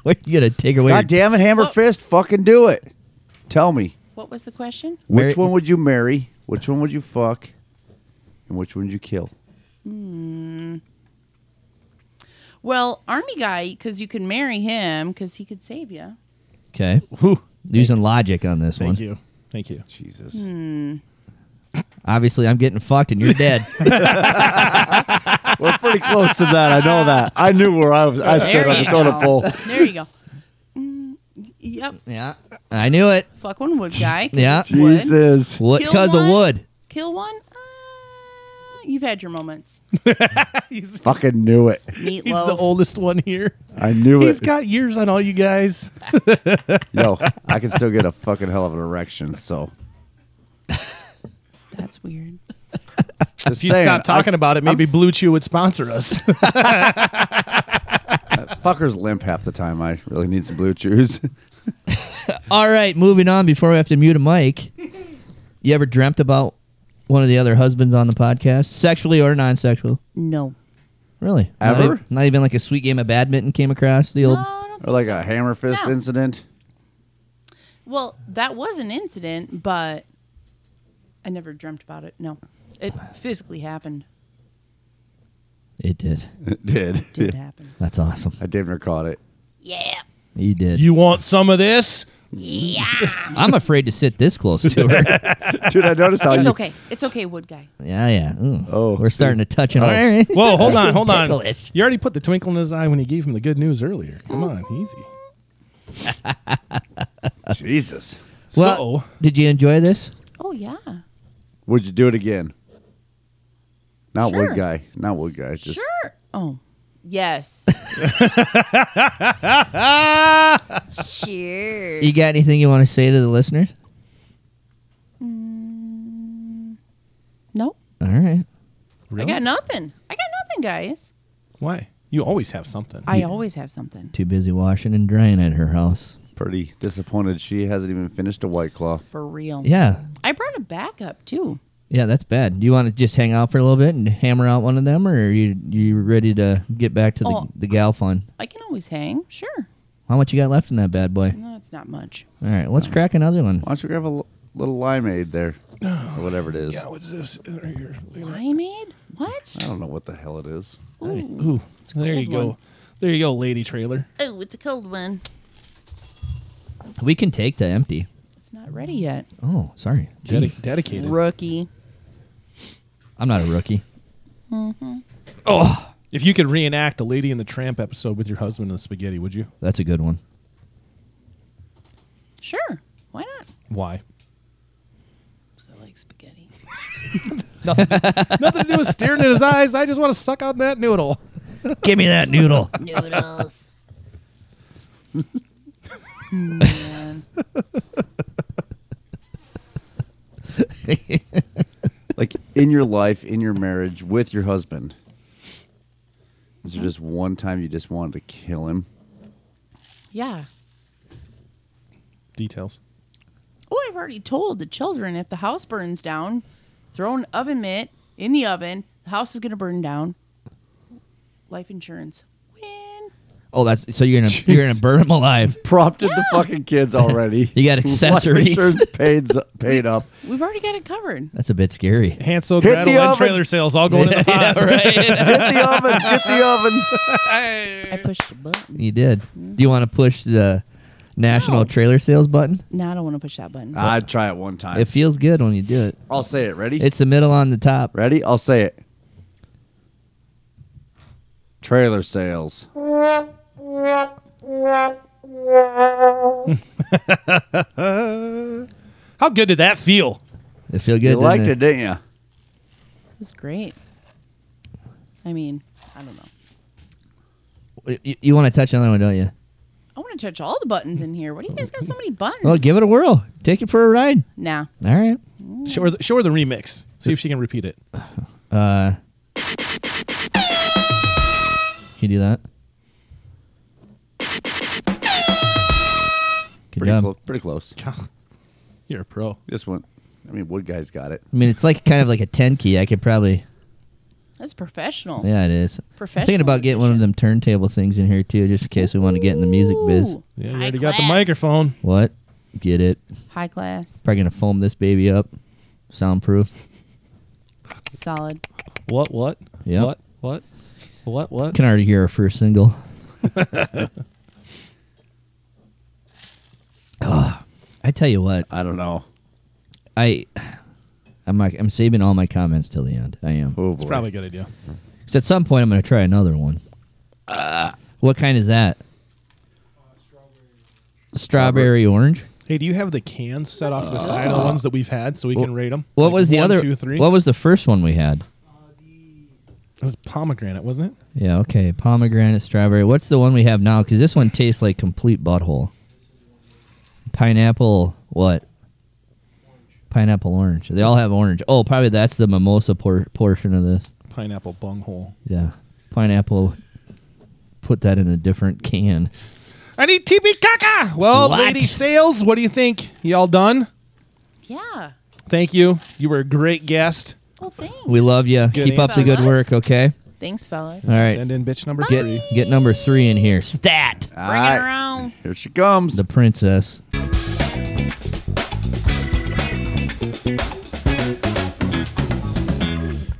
What you gonna take away? God damn Oh. it, hammer fist, fucking do it. Tell me, What was the question? which Marry- one would you marry? Which one would you fuck, and which one would you kill? Well, army guy, because you can marry him, because he could save you. Okay. Whew. Using logic on this one. Thank you. Thank you. Jesus. Hmm. Obviously, I'm getting fucked and <laughs> you're dead. We're pretty close to that. I know that. I knew where I was. I stood There on the you totem go. pole. There you go. Mm, yep. yeah. I knew it. Fuck one wood guy. 'cause Yeah. it's wood. Jesus. What? Kill Because of one? wood. Kill one. Uh, you've had your moments. Fucking knew it. <laughs> Meatloaf. He's the oldest one here. I knew He's it. got years on all you <laughs> guys. Yo, I can still get a fucking hell of an erection. So That's weird. just <laughs> If you stop talking about it, maybe Blue Chew would sponsor us. fuckers limp half the time. I really need some blue chews. <laughs> All right, moving on before we have to mute a mic. You ever dreamt about one of the other husbands on the podcast, sexually or non sexual? No. Really? Not, Ever? even, not even like a sweet game of badminton came across the No. old. Oh, I don't or like a hammer fist No. <laughs> incident. Well, that was an incident, but I never dreamt about it. No, it physically happened. It did. It did. Did happen? That's awesome. I damn near caught it. You did. you want some of this? I'm afraid to sit this close <laughs> to her. Dude, I noticed how It's you. okay. It's okay, wood guy. yeah, yeah. Ooh. Oh. we're starting to touch on. Whoa, hold on, hold on. Ticklish. You already put the twinkle in his eye when you gave him the good news earlier. Come on, easy. Jesus. Well, did you enjoy this? Oh yeah, Would you do it again? Not Sure. wood guy. Not wood guy. Just sure. Oh, yes. sure. You got anything you want to say to the listeners? Nope. All right. I got nothing. I got nothing, guys. Why? You always have something. I always have something. Too busy washing and drying at her house. pretty disappointed. She hasn't even finished a white claw. For real. Yeah, I brought a backup too. Yeah, that's bad. Do you want to just hang out for a little bit and hammer out one of them, or are you you ready to get back to the, Oh. the gal fund? I can always hang. Sure. How much you got left in that bad boy? No, it's not much. All right, let's crack another one. Why don't you grab a l- little limeade there, or whatever it is? I What's this? Right here. Limeade? What? don't know what the hell it is. Ooh, there you go. one. There you go, lady trailer. Oh, it's a cold one. We can take the empty. It's not ready yet. Oh, sorry. Dedi- <laughs> Jeez. dedicated. Rookie. I'm not a rookie. If you could reenact the Lady and the Tramp episode with your husband and the spaghetti, would you? That's a good one. Sure. Why not? Why? Because I like spaghetti. <laughs> Nothing to do with staring in his eyes. I just want to suck on that noodle. Give me that <laughs> noodle. Noodles. Man. like in your life, in your marriage, with your husband. Is there just one time you just wanted to kill him? Yeah. Details. Oh, I've already told the children if the house burns down, throw an oven mitt in the oven. The house is going to burn down. Life insurance. Win. Oh, that's so you're gonna you're gonna burn him alive. Prompted the fucking kids already. <laughs> You got Life accessories. Insurance paid, paid <laughs> up. We've already got it covered. That's a bit scary. Hansel, Hit Gretel, the and oven. trailer sales all going in <laughs> the pot. right. Get the oven. Get the oven. I pushed a button. you did. Do you want to push the national trailer sales button? No, I don't want to push that button. I'd try it one time. It feels good when you do it. I'll say it. Ready? It's the middle on the top. Ready? I'll say it. Trailer sales. How good did that feel? It feel good. You doesn't liked it? it, didn't you? It was great. I mean, I don't know. You, you want to touch another one, don't you? I want to touch all the buttons in here. What do you guys got so many buttons? Well, give it a whirl. Take it for a ride. Nah. All right. Show her, the, show her the remix. See if she can repeat it. Can you do that? Good Pretty, job. clo- pretty close. You're a pro. This one. I mean, Wood Guy's got it. I mean, it's like kind of like a 10 key. I could probably. That's professional. Yeah, it is. I'm Professional thinking about getting one of them edition. turntable things in here, too, just in case we want to get in the music biz. Ooh. Yeah, you High already got the class. microphone. What? Get it. High class. Probably going to foam this baby up. soundproof. Solid. What? What? Yep. What? What? What? What? Can already hear our first <laughs> single. Ah, I tell you what, I don't know. I, I'm like, I'm saving all my comments till the end. I am. Oh boy. it's probably a good idea. Because at some point I'm going to try another one. what kind is that? strawberry. orange. Hey, do you have the cans set off to the side of the ones that we've had so we can rate them? What was the other? Two, three. What was the first one we had? it was pomegranate, wasn't it? Yeah. Okay. Pomegranate, strawberry. What's the one we have now? Because this one tastes like complete butthole. Pineapple. What? Pineapple orange. They all have orange. Oh, probably that's the mimosa por- portion of this. Pineapple bunghole. Yeah. Pineapple. Put that in a different can. I need TP caca. Well, What? lady sales, what do you think? Y'all done? Yeah. Thank you. You were a great guest. Well, thanks. We love you. Good Keep up the good fellas. work. Okay. Thanks, fellas. All right. Send in bitch number Get three. get number three in here. Stat. All Bring right, it around. Here she comes. The princess.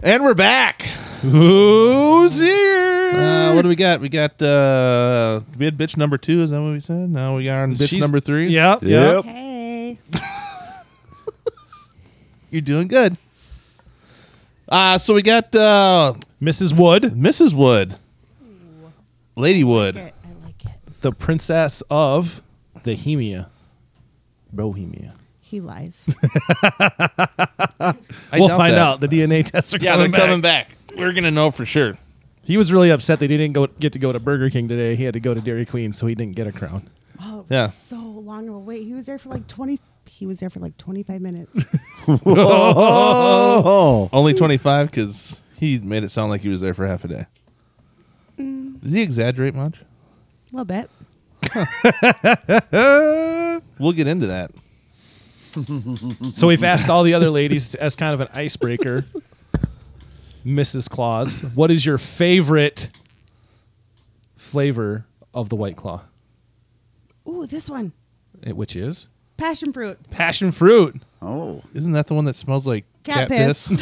And we're back. Who's here? Uh, what do we got? We got uh we had bitch number two, is that what we said? Now we got on bitch She's- number three. Yep. yep. Hey. You're doing good. Uh so we got uh Mrs. Wood, Mrs. Wood. Lady Wood. I like it. the princess of Bohemia. Bohemia. He lies. I we'll doubt find that. out. The DNA tests are Yeah, coming, they're back. coming back. We're gonna know for sure. He was really upset that he didn't go get to go to Burger King today. He had to go to Dairy Queen, so he didn't get a crown. Oh, Yeah. yeah. so long of a wait. He was there for like 20 he was there for like 25 minutes. Only 25 because he made it sound like he was there for half a day. Mm. Does he exaggerate much? A little bit. We'll get into that. So we've asked all the other <laughs> ladies as kind of an icebreaker. Mrs. Claus, what is your favorite flavor of the White Claw? Ooh, this one. It- Which is Passion fruit. passion fruit. Oh, Isn't that the one that smells like Cat cat, piss?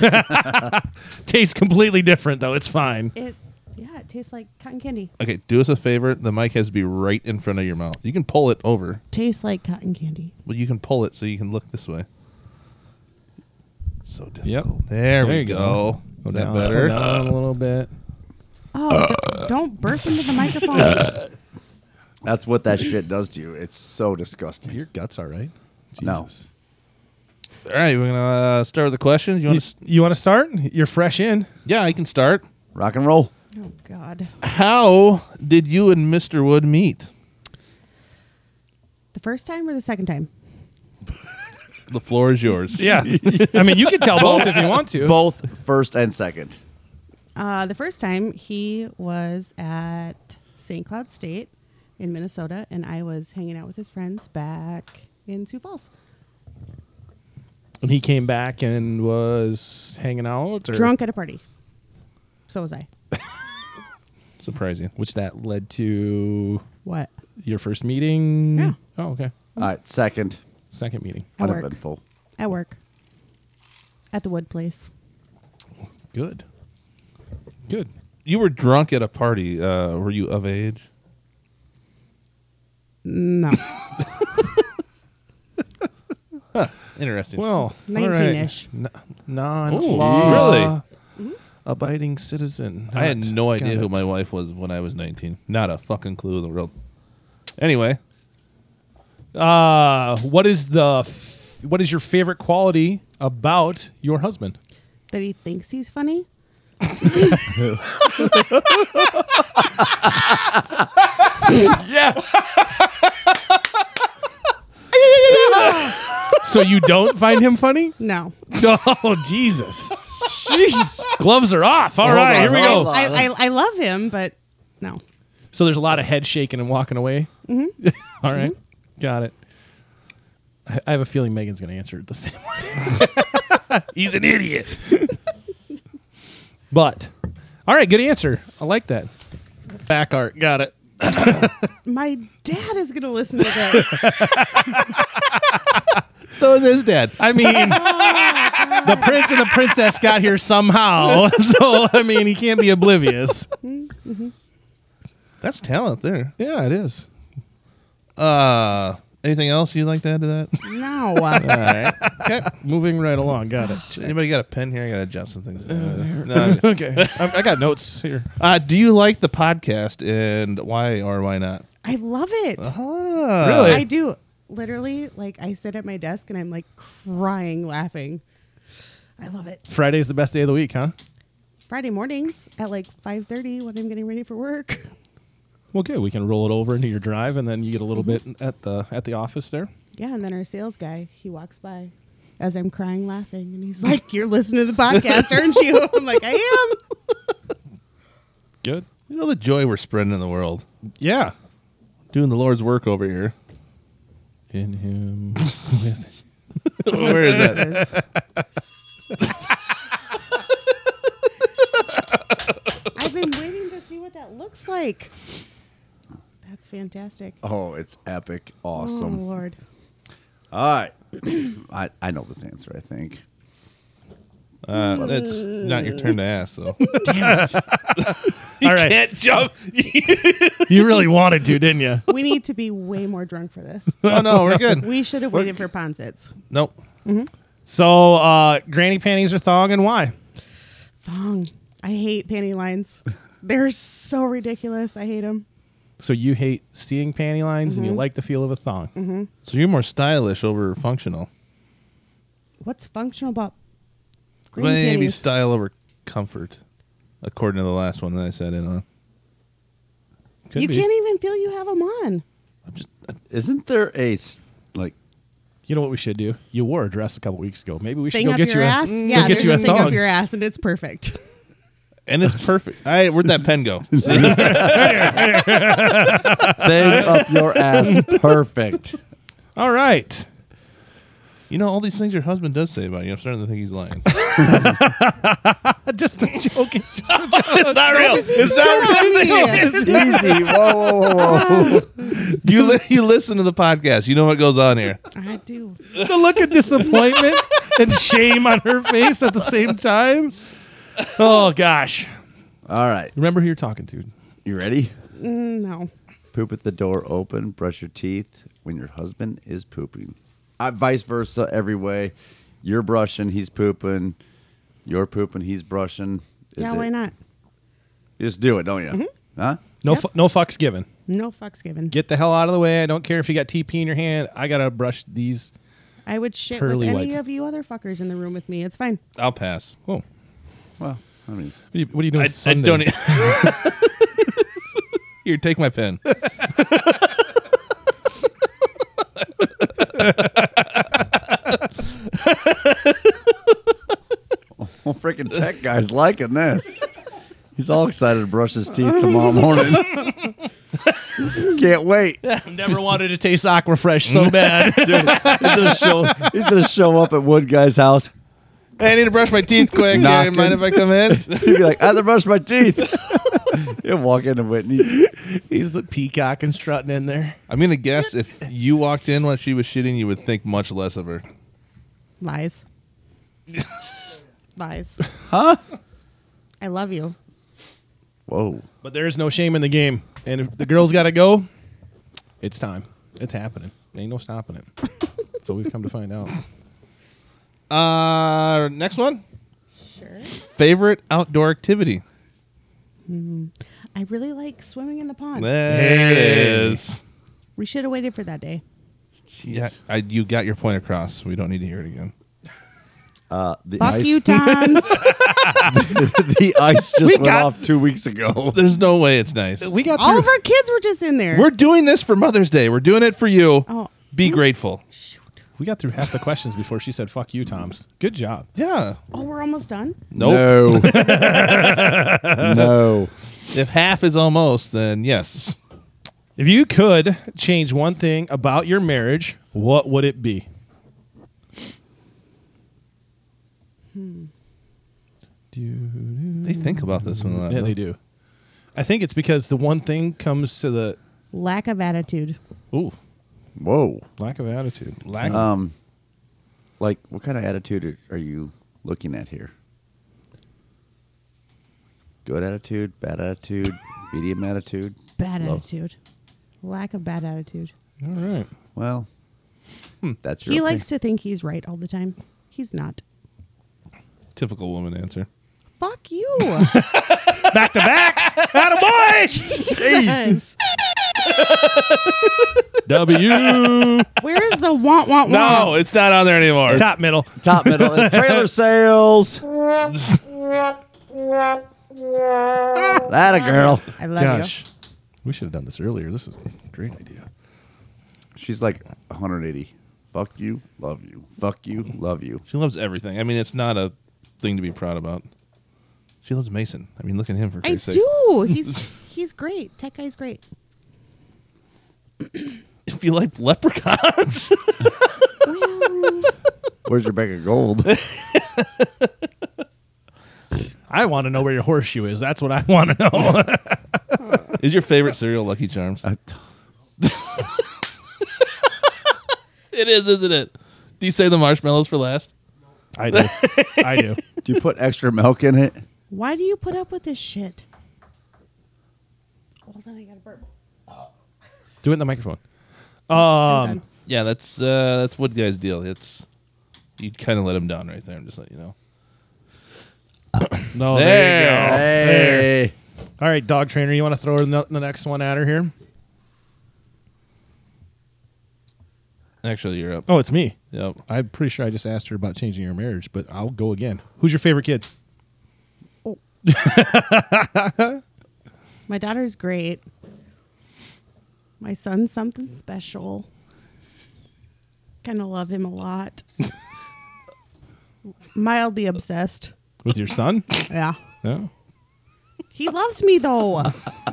<laughs> Tastes completely different though. It's fine. It yeah, it tastes like cotton candy. <laughs> okay, do us a favor. The mic has to be right in front of your mouth. You can pull it over. Tastes like cotton candy. Well, you can pull it so you can look this way. So difficult. There, we you go. go. Is Down- that better? down Oh, a little bit. Oh, don't- don't burst into the microphone. Oh, that's what that shit does to you. It's so disgusting. Your guts all right? No. Jesus. All right, we're gonna uh, start with the questions. You want You, to? s you want to start? You're fresh in. yeah, I can start. Rock and roll. oh god. How did you and Mr. Wood meet? The first time or the second time? The floor is <laughs> yours. Yeah. I mean, you can tell both if you want to. Both first and second. Uh, the first time he was at St. Cloud State in Minnesota, and I was hanging out with his friends back in Sioux Falls. And he came back and was hanging out or Drunk at a party. So was I. Surprising. which that led to What? your first meeting. Yeah. Oh, okay. All right, second. Second meeting. At work. Uneventful. At work. At the wood place. Good. Good. You were drunk at a party. Uh, were you of age? <laughs> No. Interesting. Well, 19-ish. Non Oh, law Mm-hmm. abiding citizen. I had Not- no got idea who it. my wife was when I was 19. Not a fucking clue in the world. Anyway, Uh, what is the f- what is your favorite quality about your husband? that he thinks he's funny? so you don't find him <laughs> funny? No. Oh Jesus! Jeez, gloves are off. All right, here we go. I, I, I love him, but no. So there's a lot of head shaking and walking away. <laughs> All right. got it. I, I have a feeling Megan's going to answer it the same way. <laughs> He's an idiot. but, all right, good answer. I like that. back art. Got it. My dad is going to listen to <laughs> this. So is his dad. I mean, the prince and the princess got here somehow. <laughs> so I mean, he can't be oblivious. That's talent there. Yeah, it is. Uh, anything else you'd like to add to that? No. All right. Okay, <laughs> moving right along. Got it. <sighs> Anybody got a pen here? I gotta adjust some things. Uh, <laughs> no. okay, I, I got notes here. Uh, do you like the podcast and why or why not? I love it. Ah, Really? I do. Literally, like I sit at my desk and I'm like crying laughing. I love it. Friday's the best day of the week, huh? Friday mornings at like 5:30 when I'm getting ready for work. <laughs> Well, good. We can roll it over into your drive, and then you get a little bit at the at the office there. Yeah, and then our sales guy, he walks by as I'm crying laughing and he's like, "You're listening to the podcast, aren't you?" <laughs> I'm like, "I am." Good. You know the joy we're spreading in the world, Yeah. doing the Lord's work over here. In him. Where is that? <laughs> I've been waiting to see what that looks like. That's fantastic. Oh, it's epic. Oh, Awesome. Lord. All right. <clears throat> I, I know this answer, I think. Uh, it's not your turn to <laughs> ask, though. All right. Can't jump. <laughs> You really wanted to, didn't <laughs> you? We need to be way more drunk for this. oh no, we're good. We should have waited for Ponsets. Nope. So, uh, granny panties are thong, and why? Thong. I hate panty lines. They're so ridiculous. I hate them. So you hate seeing panty lines, and you Mm-hmm. like the feel of a thong. So you're more stylish over functional. What's functional about green Maybe panties? style over comfort, according to the last one that I said in on. Could you be. can't even feel you have them on. Isn't there a, s- like, You know what we should do? You wore a dress a couple weeks ago. Maybe we should Thing go e- up get you your a ass. go yeah, get there's you a a thing up thong. your ass, and it's perfect. And it's <laughs> perfect. All right, where'd that pen go? <laughs> thing up your ass perfect? All right. <laughs> You know, all these things your husband does say about you. I'm starting to think he's <laughs> lying. Just a joke. It's just <laughs> a it's not real. It's not real. joke. Easy. Whoa, whoa, whoa, whoa. You li- you listen to the podcast. You know what goes on here. <laughs> I do. the look of disappointment and shame on her face at the same <laughs> time. Oh, gosh. All right. Remember who you're talking to. You ready? No. Poop with the door open. Brush your teeth when your husband is pooping. Uh, vice versa, every way. You're brushing, he's pooping. You're pooping, he's brushing. Is yeah, it- why not? Mm-hmm. You just do it, don't you? Huh? No, fu- no fucks given. No fucks given. Get the hell out of the way. I don't care if you got TP in your hand. I got to brush these. I would shit with Pearly any whites. of you other fuckers in the room with me. It's fine. I'll pass. Whoa. What Well, I mean, are you, what are you doing? I, I Sunday? don't. <laughs> e- here, take my pen. well, freaking tech guy's liking this. He's all excited to brush his teeth tomorrow <laughs> morning. Can't wait. Never wanted to taste Aquafresh <laughs> so bad. He's gonna show. He's gonna show up at Wood Guy's house. I need to brush my teeth quick. Knocking. Mind if I come in? He'd be like, "I have to brush my teeth." <laughs> He'll walk into Whitney. <laughs> He's a peacock and strutting in there. <laughs> I'm gonna guess if you walked in while she was shitting, you would think much less of her. Lies. Lies. <laughs> Huh? I love you. Whoa! But there is no shame in the game. And if the girl's got to go, it's time. It's happening. Ain't no stopping <laughs> it. so we've come to find out. Uh, next one. Sure. Favorite outdoor activity. I really like swimming in the pond. There it is. We should have waited for that day. Yeah, I, you got your point across. We don't need to hear it again. Uh, the Fuck ice. <laughs> you, Toms. <laughs> the ice just went got- off two weeks ago. There's no way it's nice. We got All through. of our kids were just in there. We're doing this for Mother's Day. We're doing it for you. Oh. Be grateful. we got through half the questions before she said "fuck you, Tom's." Good job. Yeah. oh, we're almost done? Nope. <laughs> No. no. If half is almost, then yes. If you could change one thing about your marriage, what would it be? They think about this one a lot. Yeah, huh? they do. I think it's because the one thing comes to the Lack of attitude. ooh Whoa. lack of attitude. Lack- Um, like, what kind of attitude are- are you looking at here? Good attitude, bad <laughs> attitude, medium attitude. Bad low. attitude. Lack of bad attitude. All right. Well, that's your he opinion. likes to think he's right all the time. He's not. Typical woman answer. Fuck you. <laughs> back to <laughs> back. Attaboy. Jesus. <laughs> W. Where's the want, want, want? No, Oh, it's not on there anymore. Top middle. top middle and trailer <laughs> sales. that a girl. I love Gosh. We should have done this earlier. This is a great idea. She's like 180. Fuck you, love you. Fuck you, love you. She loves everything. I mean, it's not a thing to be proud about. She loves Mason. I mean, look at him for you. I Christ's sake. do. He's he's great. Tech guy's great. If you like leprechauns, Where's your bag <laughs> of gold? I want to know where your horseshoe is. That's what I want to know. is your favorite cereal Lucky Charms? <laughs> it is, isn't it? Do you say the marshmallows for last? <laughs> I do. I do. Do you put extra milk in it? Why do you put up with this shit? Hold on, I got a burp. <laughs> Do it in the microphone. I'm Um, done. Yeah, that's uh, that's Wood Guy's deal. It's you kind of let him down right there. I'm just letting you know. no, there. you There. go. There. Hey. All right, dog trainer, you want to throw the the next one at her here? Actually, you're up. Oh, it's me. Yep. I'm pretty sure I just asked her about changing your marriage, but I'll go again. Who's your favorite kid? My daughter's great. My son's something special. Kind of love him a lot. Mildly obsessed. With your <laughs> son? Yeah. No. He loves me though.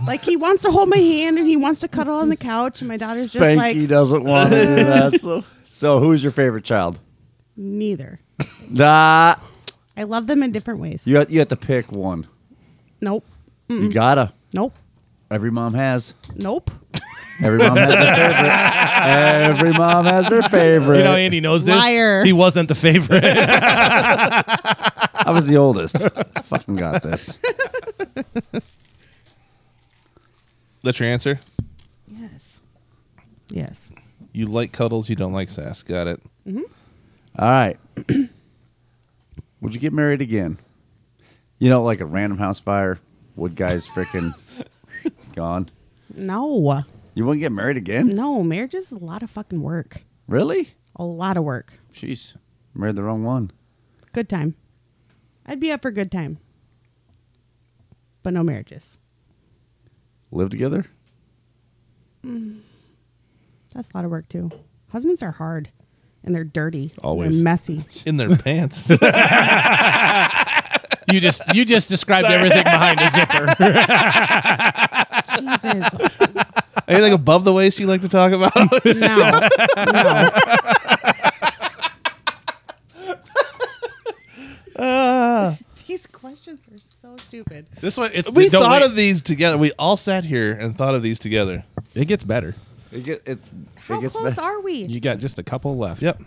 like he wants to hold my hand and he wants to cuddle on the couch and my daughter's just Spanky like doesn't want to <laughs> do that. So, so who's your favorite child? neither. Nah, I love them in different ways. you have, you have to pick one. Nope. You gotta. Nope. Every mom has. Nope. Every mom has their favorite. <laughs> Every mom has their favorite. You know, Andy knows this. Liar. He wasn't the <laughs> favorite. I was the oldest. Fucking got this. That's your answer. Yes. Yes. You like cuddles. You don't like sass. Got it. All right. <clears throat> Would you get married again? You know, like a random house fire. Wood guy's <laughs> freaking gone. No. You wouldn't get married again? No, marriage is a lot of fucking work. Really? A lot of work. Jeez. Married the wrong one. Good time. I'd be up for good time. But no marriages. Live together? That's a lot of work too. Husbands are hard and they're dirty. Always. <laughs> They're messy. In their <laughs> pants. you just you just described everything behind a zipper. Jesus. Anything above the waist you like to <laughs> talk about? <laughs> No. No. Ah. These questions are so stupid. this one it's we don't thought wait. of these together. We all sat here and thought of these together. It gets better. It get, it's, How close are we? You got just a couple left. Yep.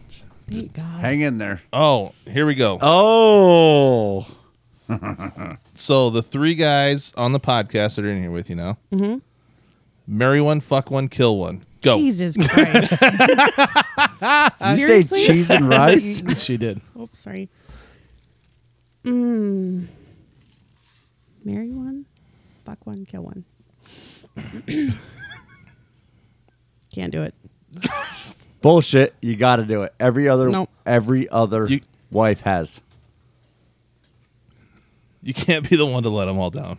Thank God. Hang in <laughs> there. Oh, here we go. Oh. So the three guys on the podcast that are in here with you now. Mm-hmm. Marry one, fuck one, kill one. Go. <laughs> Jesus Christ. Did you Seriously? say cheese and rice? <laughs> she did. Oops, Oh, sorry. Mm. Marry one, fuck one, kill one. <coughs> Can't do it. Bullshit. You got to do it. Every other Nope. every other You- wife has. You can't be the one to let them all down.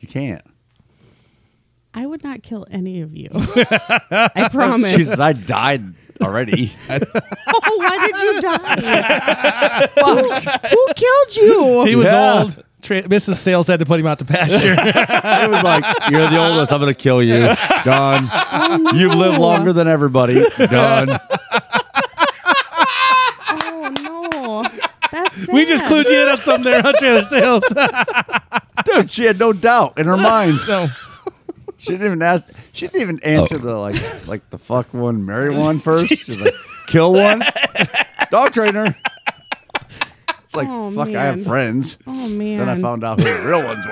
You can't. I would not kill any <laughs> of you. I promise. Jesus, I died already. <laughs> Oh, why did you die? <laughs> <laughs> Fuck. Who killed you? He was Yeah. old. Tra- Mrs. Sales had to put him out to <laughs> pasture. I was like, "You're the oldest. I'm gonna kill you." Done. You've lived longer than everybody. Done. Oh no. That's sad. <laughs> we just clued you in on something there on Trailer Sales. Dude, she had no doubt in her mind. so, She didn't even ask. She didn't even answer the like, like the fuck one, marry one first. She's like, kill one. Dog trainer. It's like, Oh, fuck, I have man. friends. Oh man. Then I found out who the real ones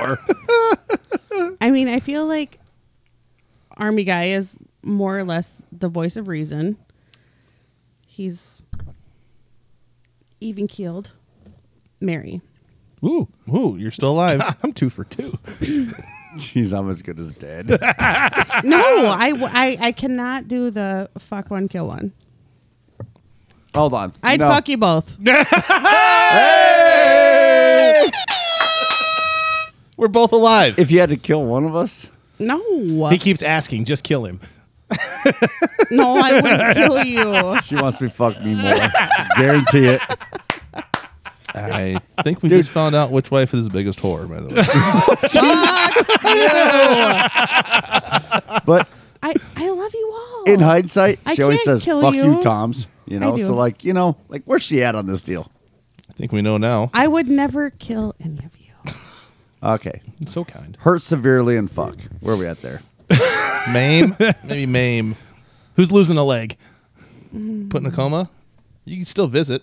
<laughs> were. I mean, I feel like Army Guy is more or less the voice of reason. He's even keeled. <laughs> Mary. Ooh, ooh, you're still <laughs> alive. I'm two for two. Jeez, I'm as good as dead. No, I, w- I, I cannot do the fuck one, kill one. Hold on. I'd No. fuck you both. We're both alive. If you had to kill one of us, No. He keeps asking, just kill him. no, I <laughs> wouldn't kill you. she wants me to fuck me more. <laughs> Guarantee it. I think we just found out which wife is the biggest whore, by the way. <laughs> But I, I love you all. in hindsight, I she always can't says, kill fuck you, you. Toms. You know, do. so like, you know, like where's she at on this deal? I think we know now. I would never kill any of you. Okay. It's so kind. Hurt severely and fuck. Where are we at there? Mame? Maybe Mame. Who's losing a leg? Put in a coma? You can still visit.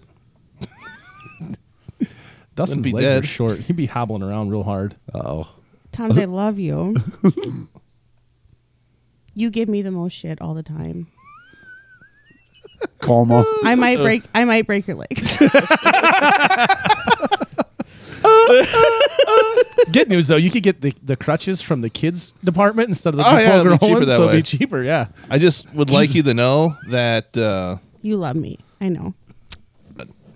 Dustin's be legs dead. are short. He'd be hobbling around real hard. Oh. Toms, I love you. you give me the most shit all the time. Coma. I might break I might break your leg. Good news though, you could get the, the crutches from the kids department instead of the Oh, yeah, it'd full be grown cheaper ones, that so way. it'd be cheaper. Yeah, I just would like you to know that uh, You love me. I know.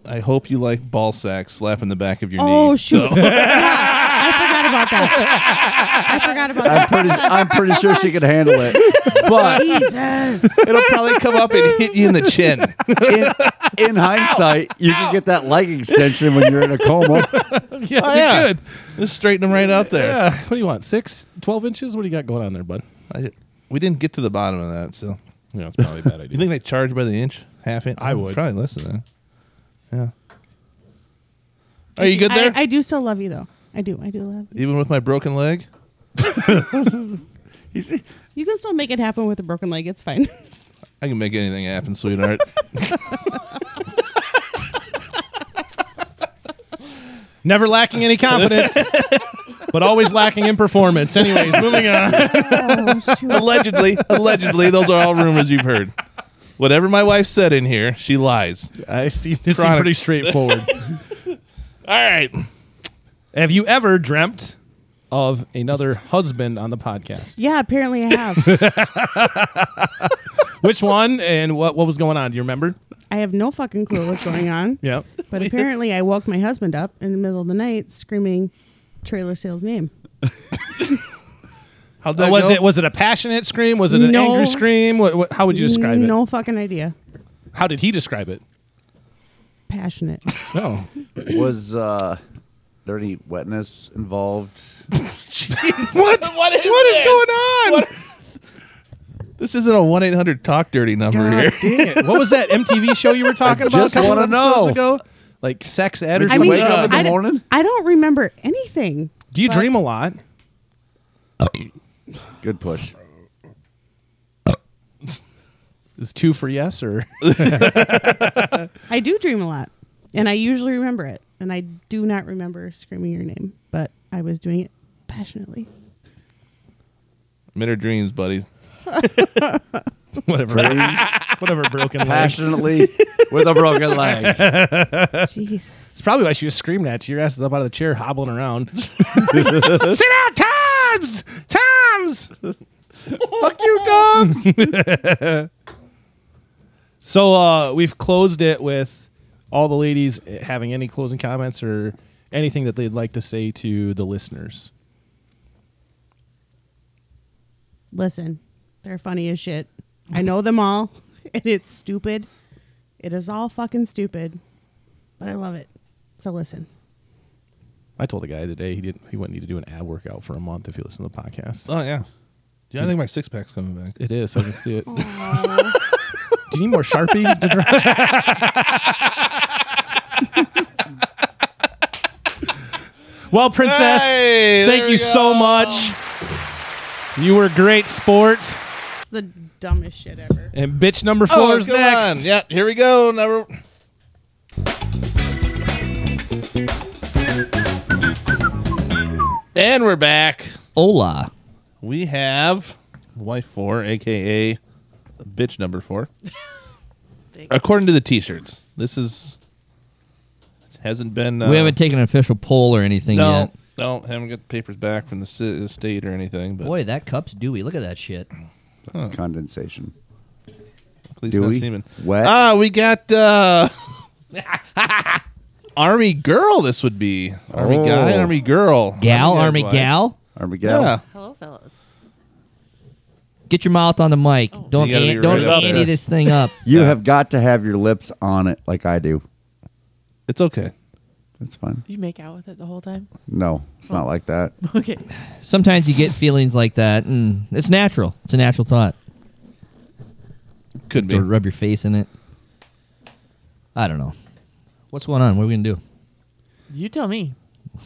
I hope you like ball sack slapping the back of your knee. Oh shoot! I forgot about that. I forgot about I'm that. pretty I'm pretty sure she could handle it. But Jesus. It'll probably come up and hit you in the <laughs> chin. in, in hindsight, you can get that leg extension when you're in a <laughs> coma. yeah, Oh, you yeah. could. Just straighten them right out there. Yeah. What do you want? Six, 12 inches? What do you got going on there, bud? I, we didn't get to the bottom of that, so. Yeah, it's probably a bad You idea. think they charge by the inch, half inch? I would probably less than that. Yeah. Are you good there? I, I do still love you though. I do. I do love you. Even with my broken leg, You can still make it happen with a broken leg. It's fine. I can make anything happen, <laughs> sweetheart. Never lacking any confidence, but always lacking in performance. Anyways, moving on. <laughs> oh shoot! allegedly, allegedly, those are all rumors you've heard. Whatever my wife said in here, she lies. I see this is Chronic. pretty straightforward. All right. Have you ever dreamt of another husband on the podcast? Yeah, apparently I have. Which one and what what was going on? Do you remember? I have no fucking clue what's going on. Yeah. But apparently, I woke my husband up in the middle of the night screaming trailer sales name. How'd that Uh, Was go? it was it a passionate scream? Was it an No. angry scream? What, what, how would you describe No fucking idea. it? How did he describe it? Passionate. Oh, Was uh, there any wetness involved? what? What is, what is going on? This isn't a one eight hundred talk dirty number here. dang it! What was that MTV show <laughs> you were talking about? just a couple <laughs> wanna episodes know. Ago? Like sex ed or Makes you something? wake up in the I d- morning? I don't remember anything. Do you But- dream a lot? <laughs> Good push. Is two for yes or I do dream a lot, and I usually remember it. And I do not remember screaming your name, but I was doing it <laughs> passionately. Minor dreams, buddy. whatever? <laughs> whatever broken leg. <laughs> Passionately with a broken leg. Jesus. It's probably why she was screaming at you. Your ass is up out of the chair, hobbling <laughs> around. Sit down, Toms! Toms! Fuck you, Toms! <laughs> so uh, we've closed it with all the ladies having any closing comments or anything that they'd like to say to the listeners. Listen, they're funny as shit. I know them all, <laughs> and it's stupid. It is all fucking stupid, but I love it. So listen. I told a guy today he didn't he wouldn't need to do an ab workout for a month if he listened to the podcast. Oh yeah. Yeah, I think my six pack's coming back. It is. I can see it. Do you need more <laughs> Sharpie? to draw? well, Princess, Hey, there thank we you so much. You were a great sport. It's the dumbest shit ever. And bitch number Oh, four is come next. on. Yeah, here we go. Number. And we're back. Ola. We have wife four, aka bitch number four. According to the T-shirts, this is hasn't been. Uh, we haven't taken an official poll or anything no, yet. no, haven't got the papers back from the ci- state or anything. But Boy, that cup's dewy. Look at that shit. Condensation. at least do not we? semen. Wet? Ah, we got uh, <laughs> army girl. This would be army Oh. guy, army girl, Gal, guy's army wife. gal. Armageddon. Yeah, Hello, fellas. Get your mouth on the mic. Don't You gotta be an- don't right up ante there. this thing <laughs> up. You have got to have your lips on it like I do. it's okay. That's fine. Did you make out with it the whole time? No, it's not like that. <laughs> Okay. Sometimes you get feelings like that, and it's natural. It's a natural thought. Could be. Sort of rub your face in it. I don't know. What's going on? What are we gonna do? You tell me.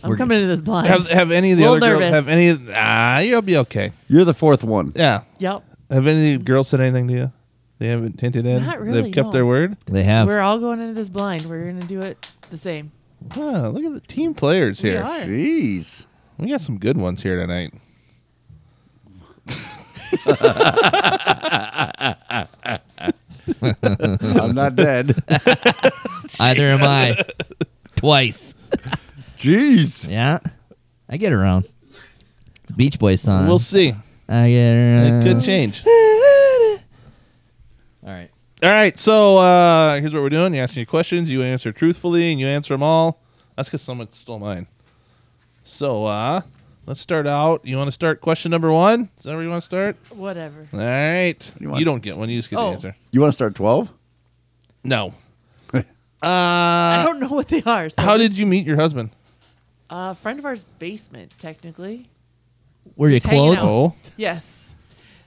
I'm We're- coming into this blind. Have, have any of the Little other girls nervous. have any? Ah, you'll be okay. You're the fourth one. Yeah, yep. Have any girls said anything to you? They haven't hinted at. Not They've really, kept no. their word. They have. We're all going into this blind. We're going to do it the same. Huh, look at the team players We here. We, are. <laughs> Jeez. got some good ones here tonight. I'm not dead. Either am I. <laughs> Twice. <laughs> Jeez. Yeah. I get around. The Beach Boys Uh, song. We'll see. I get around. It could change. All right. All right, so uh, here's what we're doing. You ask me questions, you answer truthfully, and you answer them all. That's because someone stole mine. So uh, let's start out. You want to start question number one? Is that where you want to start? Whatever. All right. you You, want? don't get one. You just get Oh. the answer. You want to start 12? No. I uh, don't know what they are. So how did you meet your husband? a friend of ours basement technically? Were you Just hanging clothed? Oh. out. Yes.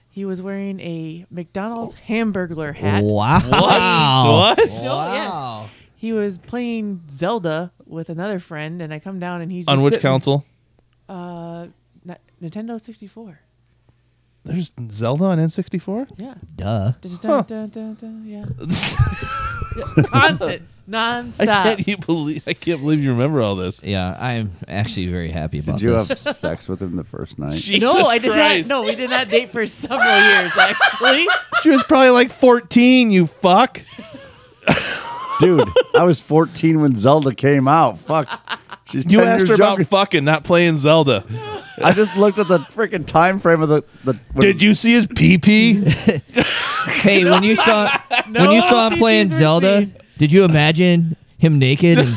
He was wearing a McDonald's hamburglar hat. Wow. What? No, yes. He was playing Zelda with another friend, and I come down and he's On just which sitting- council? Uh, Ni- Nintendo 64. There's Zelda on N64? Yeah. Duh. Dun, dun, dun, dun, dun, Yeah. Yeah, Constant, I can't, nonstop. you believe, I can't believe you remember all this. Yeah, I'm actually very happy about Did you this. <laughs> have sex with him the first night? Jesus no, I did Christ. not. No, we did not date for several years <laughs> actually. She was probably like 14, you fuck. Dude, I was 14 when Zelda came out. Fuck. She's 10 You asked years her about younger. fucking, not playing Zelda. I just looked at the freaking time frame of the. the when- Did you see his pee <laughs> pee? <laughs> hey, when you <laughs> saw when you saw him No, playing these are Zelda, sweet. did you imagine him naked <laughs> and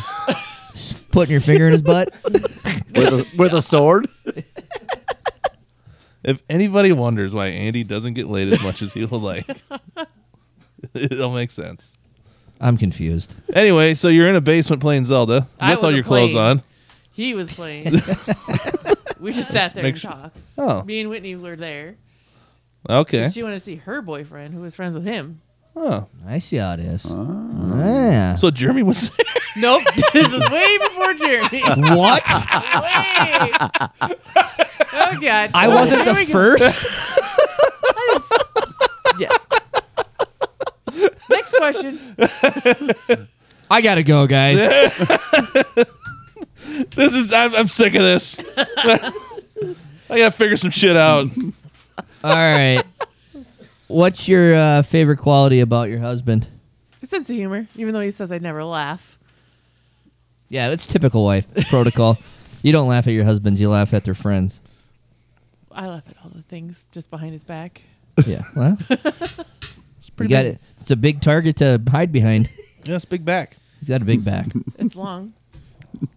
s- putting your finger in his butt? With a, with a sword? if anybody wonders why Andy doesn't get laid as much as he would like, <laughs> it'll make sense. I'm confused. Anyway, so you're in a basement playing Zelda I with all was your a clothes plane. on. He was <laughs> playing. we just sat there make and sure- talked. Oh. Me and Whitney were there. Okay. She wanted to see her boyfriend, who was friends with him. Oh. I see how it is. Ah. Yeah. So Jeremy was <laughs> Nope, <laughs> this is way before Jeremy. way. what? Oh God, I Oh, wasn't here the we go. first. Yeah. Next question. I gotta go, guys. This is I'm, I'm sick of this. <laughs> I gotta figure some shit out. All right. What's your uh, favorite quality about your husband? His sense of humor, even though he says I never laugh. Yeah, it's typical wife protocol. You don't laugh at your husbands; you laugh at their friends. I laugh at all the things just behind his back. Yeah, well, It's you pretty got big. it. It's a big target to hide behind. Yeah, it's big back. He's got a big back, It's <laughs> long.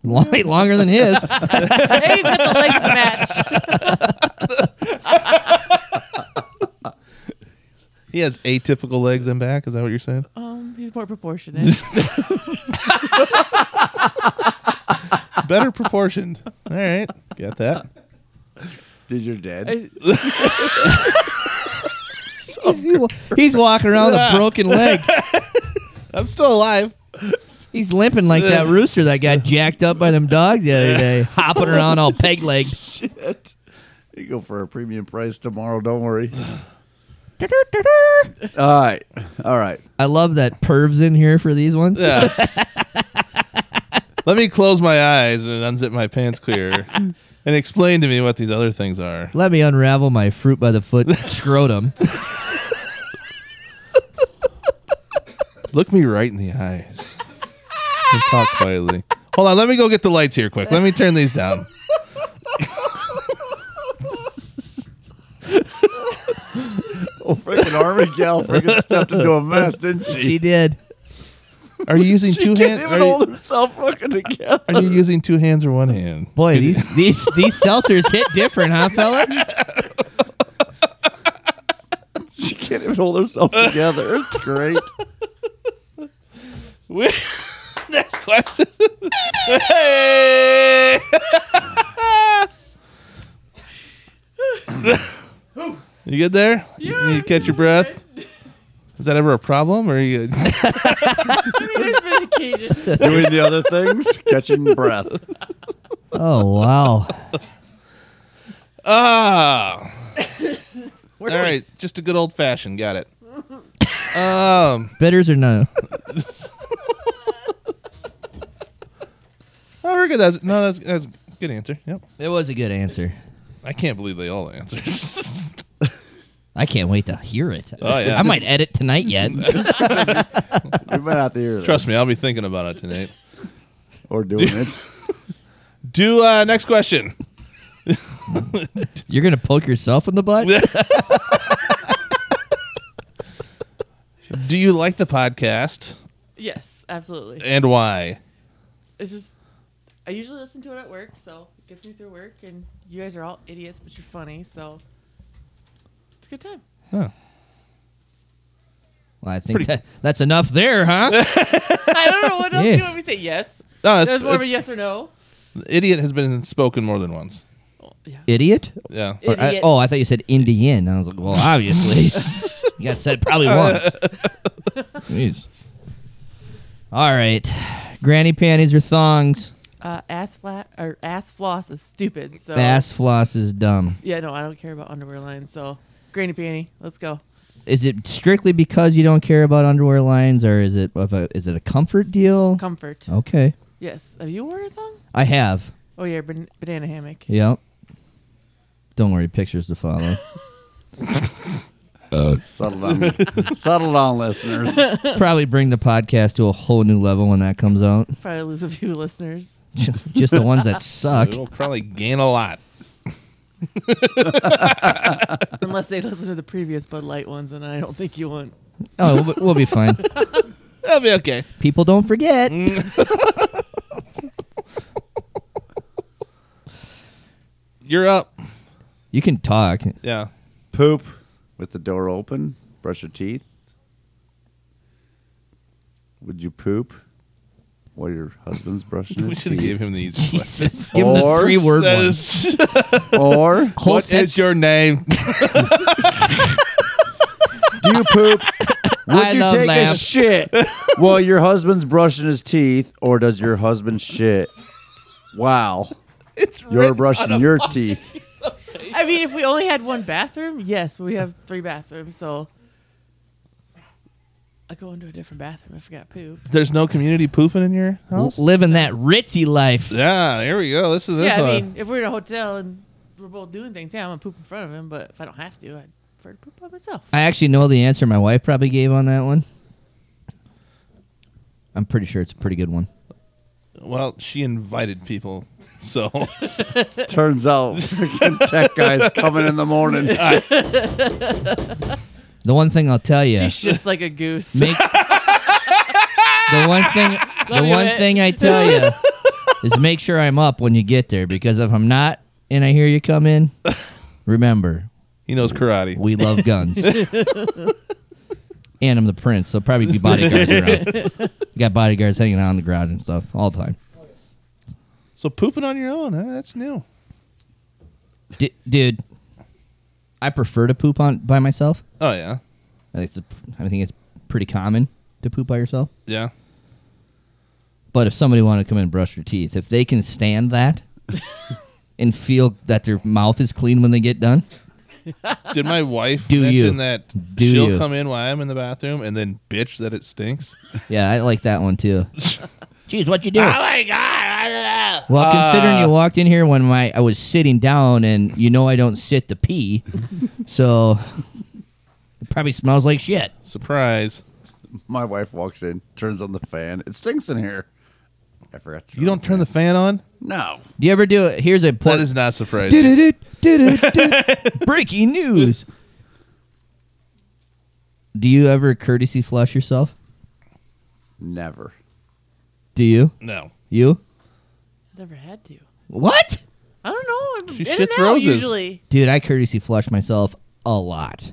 Long, <laughs> longer than his. hey, he's got the legs to match. He has atypical legs and back. Is that what you're saying? Um, he's more <laughs> proportionate. <laughs> Better proportioned. All right, got that. Did your dad? I- He's, he's walking around with a broken leg. I'm still alive. He's limping like <laughs> that rooster that got jacked up by them dogs the other day, hopping around all peg legged. Shit. You go for a premium price tomorrow. Don't <sighs> worry. All right. All right. <laughs> I love that perv's in here for these ones. Yeah. Let me close my eyes and unzip my pants clear and explain to me what these other things are. Let me unravel my fruit by the <laughs> foot scrotum. Look me right in the eyes and talk quietly. Hold on, let me go get the lights here quick. Let me turn these down. Freaking army gal freaking <laughs> stepped into a mess, didn't she she? <laughs> did. Are you using two can't hands? even Are hold you, herself fucking together. are you using two hands or one hand? Boy, these these these seltzers hit different, huh, fellas? She can't even hold herself together. It's great. Next question. hey! <laughs> you good there? Yeah, you catch your breath? Is that ever a problem? Or are you good? <laughs> Doing the other things, catching breath. Oh wow. Ah. All right, <laughs> just a good old fashioned. Got it. Um. Bitters or no? Oh, we're good. That's no. That's that's a good answer. Yep. It was a good answer. I can't believe they all <laughs> answered. I can't wait to hear it. Oh, yeah. I might edit tonight <laughs> yet. We might have to hear this. Trust me, I'll be thinking about it tonight. Or doing <laughs> it. Do uh, next question. You're gonna poke yourself in the butt? Do you like the podcast Yes, absolutely. and why? It's just I usually listen to it at work, so it gets me through work. And you guys are all idiots, but you're funny, so it's a good time. Well, I think that, that's enough there, <laughs> huh? I don't know what else Yes. you want me to say. Yes, No, that was more of a it's, yes or no. Uh, idiot has been spoken more than once. Idiot? Yeah. Or I- Idiot. oh, I thought you said Indian. I was like, well, obviously. <laughs> you got said probably once. Jeez. All right. Granny panties or thongs? Uh, ass flat or ass floss is stupid. So Bass floss is dumb. Yeah, no, I don't care about underwear lines. So granny panty, let's go. Is it strictly because you don't care about underwear lines, or is it of a is it a comfort deal? Comfort. Okay, Yes. Have you worn a thong? I have. Oh yeah, ban- banana hammock. Yep. Don't worry, pictures to follow. Settle down. Settle down, listeners. Probably bring the podcast to a whole new level when that comes out. Probably lose a few listeners. Just the ones that suck. It'll probably gain a lot. Unless they listen to the previous Bud Light ones, and I don't think you want. Oh, we'll, be- we'll be fine. That'll be okay. People don't forget. You're up. You can talk. Yeah. Poop with the door open. Brush your teeth. Would you poop while your husband's <laughs> brushing We his should have gave teeth? him the <laughs> easy question. <laughs> Give them the Or three word That one. <laughs> is- Or Whole What sen- is your name? do you poop? <laughs> Would I you love take a lamb. shit <laughs> while your husband's brushing his teeth, or does your husband shit? Wow, <laughs> It's you're brushing your teeth. I mean, if we only had one bathroom, yes, we have three bathrooms, so. I go into a different bathroom if I got poop. There's no community pooping in your house. living that ritzy life. Yeah. Here we go. This is this yeah, one. I mean, if we're in a hotel and we're both doing things, yeah, I'm gonna poop in front of him. But if I don't have to, I'd prefer to poop by myself. I actually know the answer my wife probably gave on that one. I'm pretty sure it's a pretty good one. well, she invited people, so <laughs> Turns out, freaking tech guy's coming in the morning. The one thing I'll tell you. She's just like <laughs> a goose. Make the one thing. the me one wait. thing I tell you is make sure I'm up when you get there because if I'm not and I hear you come in, remember he knows karate. we love guns. and I'm the prince, so probably be bodyguards around. Got bodyguards hanging out in the garage and stuff all the time. So pooping on your own, huh? that's new. D- dude, I prefer to poop on by myself. Oh yeah, I think, it's a, I think it's pretty common to poop by yourself. yeah. But if somebody wanted to come in and brush their teeth, if they can stand <laughs> that and feel that their mouth is clean when they get done, Did my wife Do mention you. that Do she'll you. come in while I'm in the bathroom and then bitch that it stinks? yeah, I like that one too. <laughs> Jeez, what you Uh, doing? Oh my god! <laughs> Well, considering you walked in here when my I was sitting down, and you know I don't sit to <laughs> pee, so it probably smells like shit. Surprise. My wife walks in, turns on the fan. It stinks in here. I forgot. To You don't turn the fan on? No. Do you ever do it? Here's a That point. is not surprising. Did <laughs> it? Breaking news. Do you ever courtesy flush yourself? Never. Do you? No. You? Never had to. What? I don't know. I'm She in shits and out roses. usually. Dude, I courtesy flush myself a lot.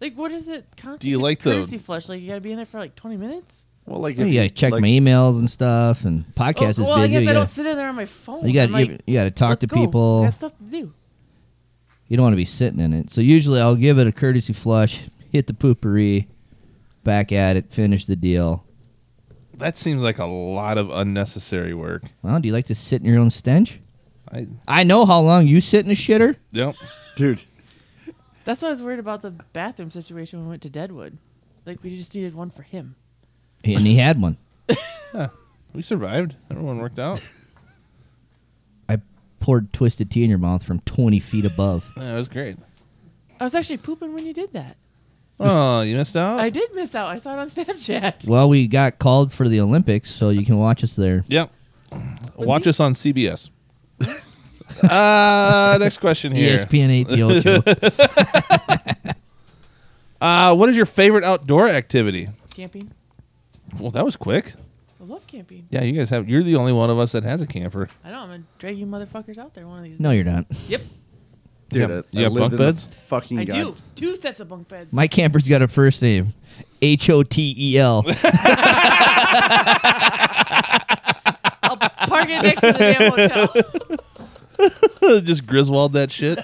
Like, what is it? Constitute like the- courtesy flush? Like, you gotta be in there for like 20 minutes. Well, like Yeah, I check my emails and stuff, and Oh, podcast is well, I busy. guess you I gotta, don't sit in there on my phone. you gotta, I'm like, you, you gotta talk "Let's to go. I people. got stuff to do. You don't want to be sitting in it. So usually I'll give it a courtesy flush, hit the poopery, back at it, finish the deal. That seems like a lot of unnecessary work. Well, do you like to sit in your own stench? I I know how long you sit in a shitter. yep. dude. That's why I was worried about the bathroom situation when we went to Deadwood. Like, we just needed one for him. And he had one. We survived. Everyone worked out. I poured twisted tea in your mouth from 20 feet <laughs> above. Yeah, it <laughs> was great. I was actually pooping when you did that. Oh, you missed out? I did miss out. I saw it on <laughs> Snapchat. Well, we got called for the Olympics, so you can watch us there. Yep. Watch us on CBS. <laughs> uh, next question E here. ESPN 8 the Ocho. <laughs> Uh, what is your favorite outdoor activity? Camping. Well, that was quick. I love camping. Yeah, you guys have. You're the only one of us that has a camper. I know. I'm gonna drag you motherfuckers out there one of these. No, you're not. Yep. Dude, You got- I- you I got lived bunk in the beds? Fucking I god- do. Two sets of bunk beds. My camper's got a first name H O T E L. I'll park it next to the <laughs> damn hotel. <laughs> Just Griswold that shit.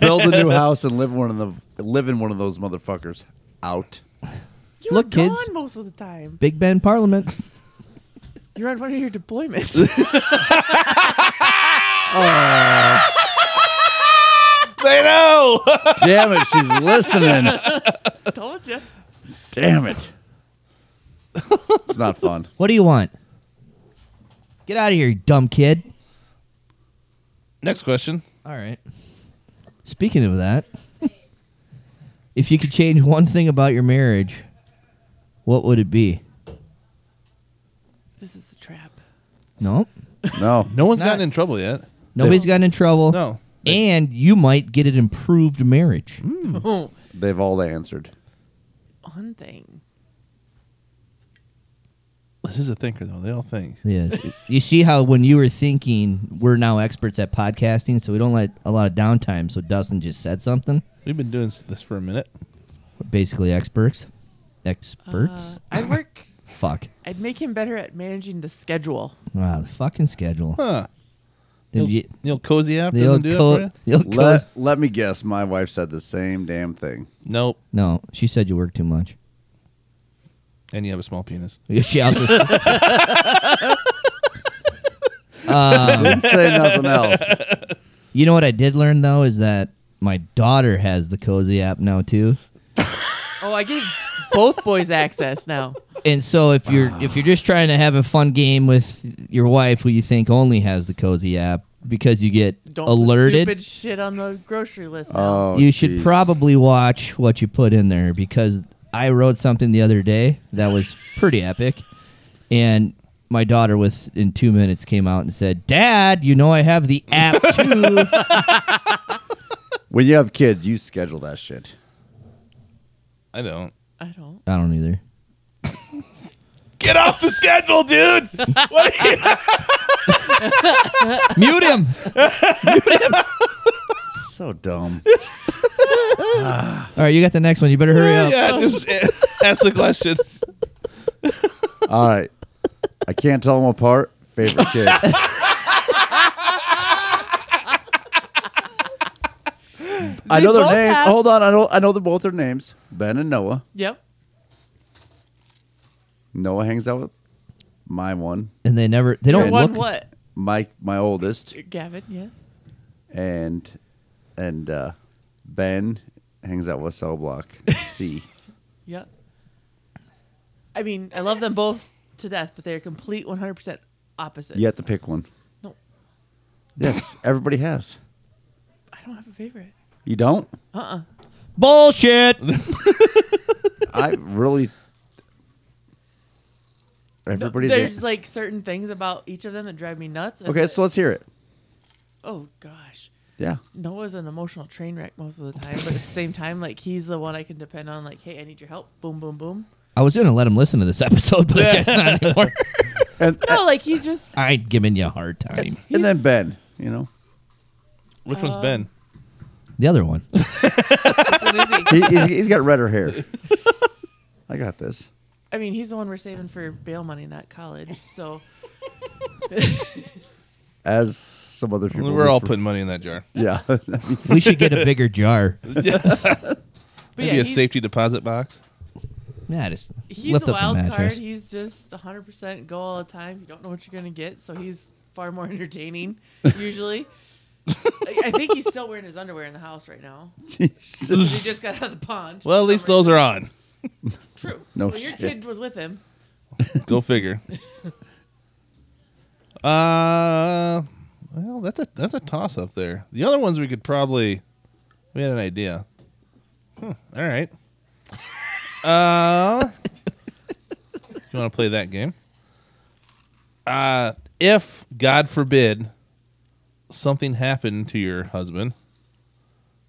Build a <laughs> new house and live one of the live in one of those motherfuckers. Out. You Look, were kids. gone most of the time. Big Ben Parliament. You're on one of your <laughs> deployments. they know. Damn it, she's listening. Told you. Damn it. It's not fun. What do you want? Get out of here, you dumb kid. next question. All right. Speaking of that, if you could change one thing about your marriage, what would it be? This is a trap. No. No. No one's not- gotten in trouble yet. Nobody's gotten in trouble. No. Oh. And you might get an improved marriage. Mm. Oh, They've all answered. one thing. This is a thinker though. They all think. Yes. you see how when you were thinking, we're now experts at podcasting, so we don't let a lot of downtime. So Dustin just said something. We've been doing s- this for a minute. We're basically experts. Uh, Experts? I'd work. Fuck. I'd make him better at managing the schedule. Wow, the fucking schedule. Huh. Did Neil, you- Neil Cozy app The doesn't old do it for co- you? the old co- Let let me guess. My wife said the same damn <laughs> thing. Nope. No, she said you work too much. <laughs> And you have a small penis. She also <laughs> Didn't say nothing else. You know what I did learn though is that my daughter has the cozy app now too. Oh, I gave both boys access now. And so if you're if you're just trying to have a fun game with your wife who you think only has the cozy app because you get Don't put alerted, Stupid shit on the grocery list. Now. Oh, you should jeez. probably watch what you put in there because I wrote something the other day that was pretty epic and my daughter within 2 minutes came out and said, "Dad, you know I have the <laughs> app too." When you have kids, you schedule that shit. I don't. I don't. I don't either. Get off the schedule, dude. What are <laughs> you- Mute him. So <laughs> dumb. All right, you got the next one. You better hurry up. <laughs> yeah, just eh, ask the question. All right. I can't tell them apart. Favorite <laughs> kid. I know their both name. have- Hold on. I know I know the both their names. Ben and Noah. Yep. Noah hangs out with my one, And they never they don't Your one look what? my my oldest, Gavin. Yes. and and uh, Ben hangs out with <laughs> cell block C. Yep. I mean, I love them both to death, but they're complete 100% opposites. You have to pick one. No, Yes, everybody has. I don't have a favorite. You don't? Uh-uh. Bullshit. <laughs> I really. Everybody's. There's like certain things about each of them that drive me nuts. and okay, that- so let's hear it. oh gosh. Yeah. Noah's an emotional train wreck most of the time, but at the same time, like he's the one I can depend on. Like, hey, I need your help. Boom, boom, boom. I was gonna let him listen to this <laughs> episode, but I guess not <laughs> anymore. And, No, like he's just I ain't giving you a hard time. and then Ben, you know, Which one's Ben? The other one. he, he's, he's got redder <laughs> hair. I got this. I mean, he's the one we're saving for bail money, not college. So As some other people. We're all just- putting money in that jar. Yeah. we should <laughs> get a bigger jar. but Maybe yeah, a he's, safety deposit box. Yeah, just he's lift a up the wild card. mattress. He's just 100% go all the time. You don't know what you're going to get. So he's far more <laughs> entertaining, usually. I I think he's still wearing his underwear in the house right now. <laughs> <laughs> Jesus. He just got out of the pond. Well, at least Summer. those are on. True. No well, your shit. kid was with him. Go figure. Uh, well, that's a that's a toss up there. The other ones we could probably we had an idea. Hmm, all right. Uh, you want to play that game? Uh, if God forbid something happened to your husband,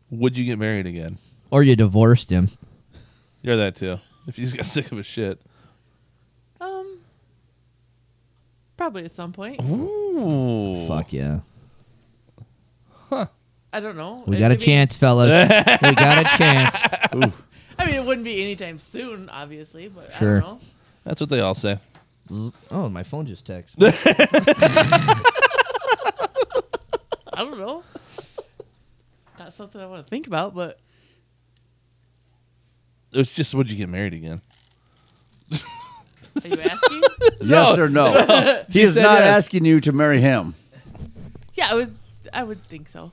would you get married again? Or you divorced him. You're that too. If you just got sick of his shit. Um, probably at some point. Oh. Ooh. Fuck yeah. I don't know. We It got a could be- chance, fellas. <laughs> we got a chance. I mean, it wouldn't be anytime soon, obviously, but Sure. I don't know. That's what they all say. Oh, my phone just texted. <laughs> I <laughs> don't know. Not something I want to think about, but It's just would you get married again? <laughs> are you asking? Yes or no? he is said not yes. asking you to marry him. yeah, I would. I would think so.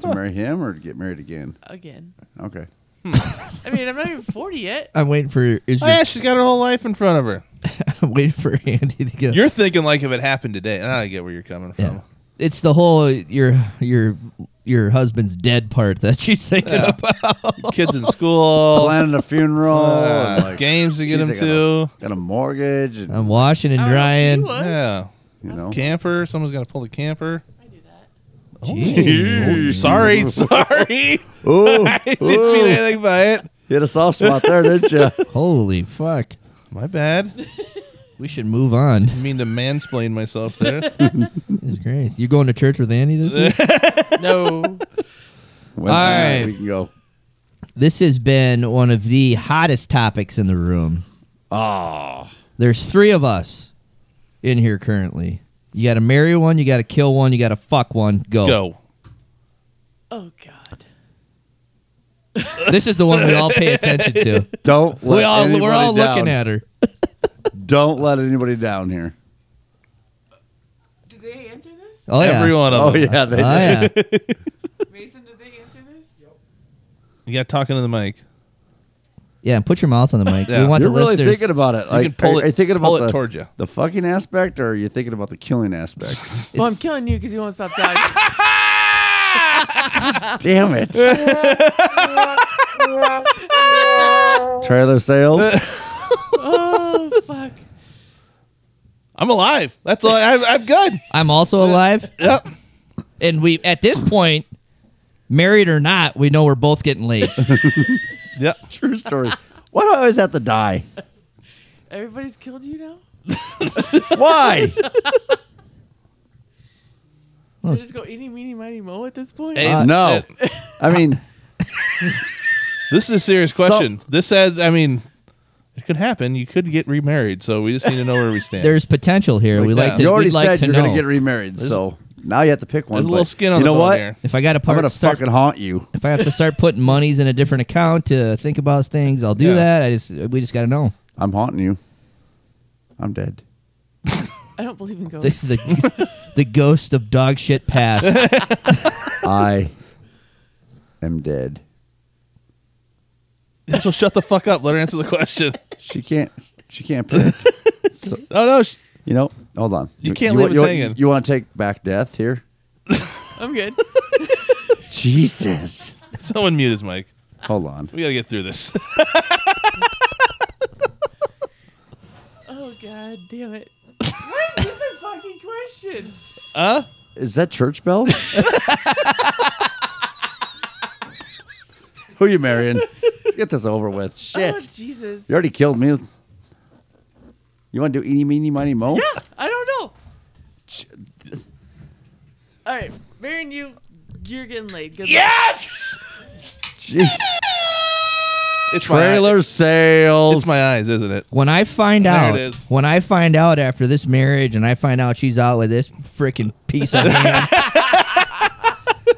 To marry him or to get married again? Again. Okay. I mean, I'm not even 40 yet. I'm waiting for is Oh yeah, she's got her whole life in front of her. <laughs> I'm waiting for Andy to go. You're thinking like if it happened today, and I get where you're coming from. yeah. It's the whole your your your husband's dead part that she's thinking about. Kids in <laughs> school, Planning a funeral. uh, and like, games to get geez, them I gotta- to. Got a mortgage and, I'm washing and I don't know if you drying. would. Yeah, you know. camper. Someone's gonna pull the camper. I do that. Jeez. Sorry, <laughs> sorry. Ooh, I didn't mean anything by it. you had a soft spot there, didn't you? Holy fuck. My bad. We should move on. I mean to mansplain myself <laughs> there. Jesus Christ. You going to church with Andy this week? No. Wednesday All night, right. we can go. This has been one of the hottest topics in the room. Oh. There's three of us in here currently. You got to marry one, you got to kill one, you got to fuck one. Go. Go. oh God. <laughs> This is the one we all pay attention to. Don't let we all anybody we're all down. looking at her. Don't let anybody down here. Did they answer this? Oh yeah. Every one of Oh them. yeah, they Oh yeah. Mason, did they answer this? You got talking to the mic. Yeah, put your mouth on the mic. Yeah. We want You're the really listeners. thinking about it. You Like, can pull are, it. are you thinking pull about it the, toward you. the fucking aspect, or are you thinking about the killing aspect? <laughs> Well, I'm killing you because you won't stop <laughs> talking. Damn it! Trailer sales. oh fuck. I'm alive. That's all. I, I'm, I'm good. I'm also alive. Uh, Yep. And we at this point, married or not, we know we're both getting laid. Yep. True story. Why do I always have to die? Everybody's killed you now. Why? So just go any, meeny, miny, mo at this point. Hey, no. I mean, This is a serious question. this says, I mean, it could happen. You could get remarried, so we just need to know where we stand. There's potential here. we Like like that. to you already we'd like said to you're know. gonna get remarried, so now you have to pick one. There's a little but skin on you the know bone what? here. if I got to I'm part, gonna start, fucking haunt you. if I have to start putting monies in a different account to think about things, I'll do Yeah. that. I just we just got to <laughs> know. I'm haunting you. I'm dead. I don't believe in The, ghosts. the, the ghost of dog shit past. I am dead. <laughs> so shut the fuck up. Let her answer the question. She can't. She can't pick. So, Oh no, sh- you know, hold on. You can't leave wa- us you, wa- hanging. You want to take back death here? <laughs> I'm good. Jesus. someone mute his mic. hold on. We gotta get through this. <laughs> Oh god damn <laughs> it. What is this a fucking question? Is that <laughs> church bells? Who you marrying? Let's get this over with. Oh Shit. Jesus. You already killed me. You want to do eeny, meeny, miny, mo? Yeah, I don't know. All right, Baron, you you're getting laid. Good yeah. Jeez. It's my eye- Trailer sales. It's my <laughs> eyes, isn't it? When I find There it out, is. when I find out after this marriage, and I find out she's out with this freaking piece <laughs> of hand,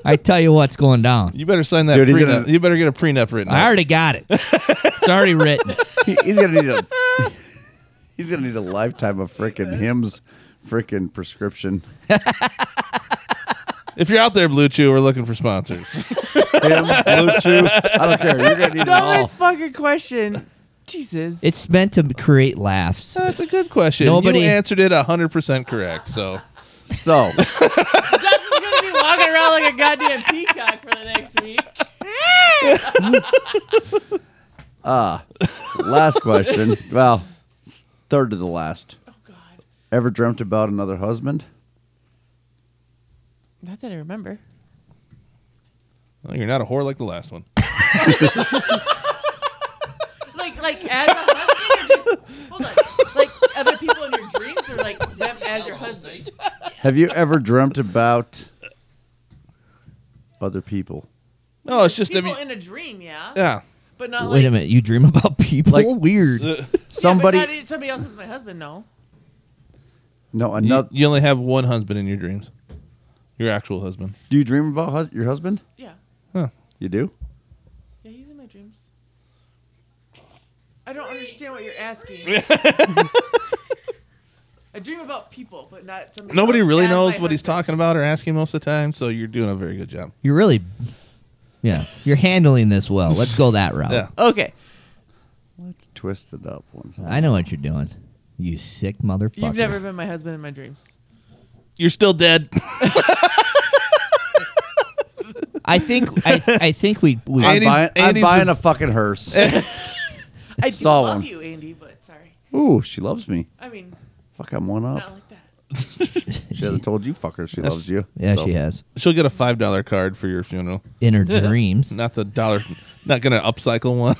I tell you what's going down. You better sign that Dude, he's prenup. gonna- you better get a prenup written. I out. already got it. It's already written. He- <laughs> he's gonna need a. he's gonna need a lifetime of frickin' hymns, frickin' prescription. If you're out there, Blue Chew, we're looking for sponsors. <laughs> Him, Blue Chew. I don't care. You're gonna need it all. Dumbest fucking question. Jesus. It's meant to create laughs. That's a good question. Nobody- you answered it hundred percent correct. So So Justin's gonna be walking around like a goddamn peacock for the next week. last question. Well, it's third to the last. Oh, Ever dreamt about another husband? Not that I remember. well, you're not a whore like the last one. Like like as a husband, or just, hold on. Like other people in your dreams, or like them as your husband. Have you ever dreamt about other people? No, it's just People I mean, in a dream, yeah, yeah. but not Wait like a minute, you dream about people? Like- Weird. Somebody? Yeah, but not, e-, somebody else is my husband, no. no, You, another. you only have one husband in your dreams. Your actual husband. Do you dream about hus- your husband? Yeah, You do. yeah, he's in my dreams. I don't understand what you're asking. I dream about people, but not somebody. Nobody else really as knows my what he's husband. talking about or asking most of the time, so you're doing a very good job. You're really, yeah, you're handling this well. Let's go that route. Yeah. Okay, Let's twist it up once. I know what you're doing. You sick motherfucker. you've never been my husband in my dreams. You're still dead. <laughs> I think I, I think we, we I'm, Andy's- buying, I'm Andy's buying is- a fucking hearse. <laughs> I do Saw love one. you, Andy, but sorry. Ooh, she loves me. I mean, Fuck, I'm one not up. like that. She hasn't told you, fucker, she loves you. yeah, So, she has She'll get a five dollar card for your funeral. in <laughs> her dreams. Not the dollar not gonna upcycle one.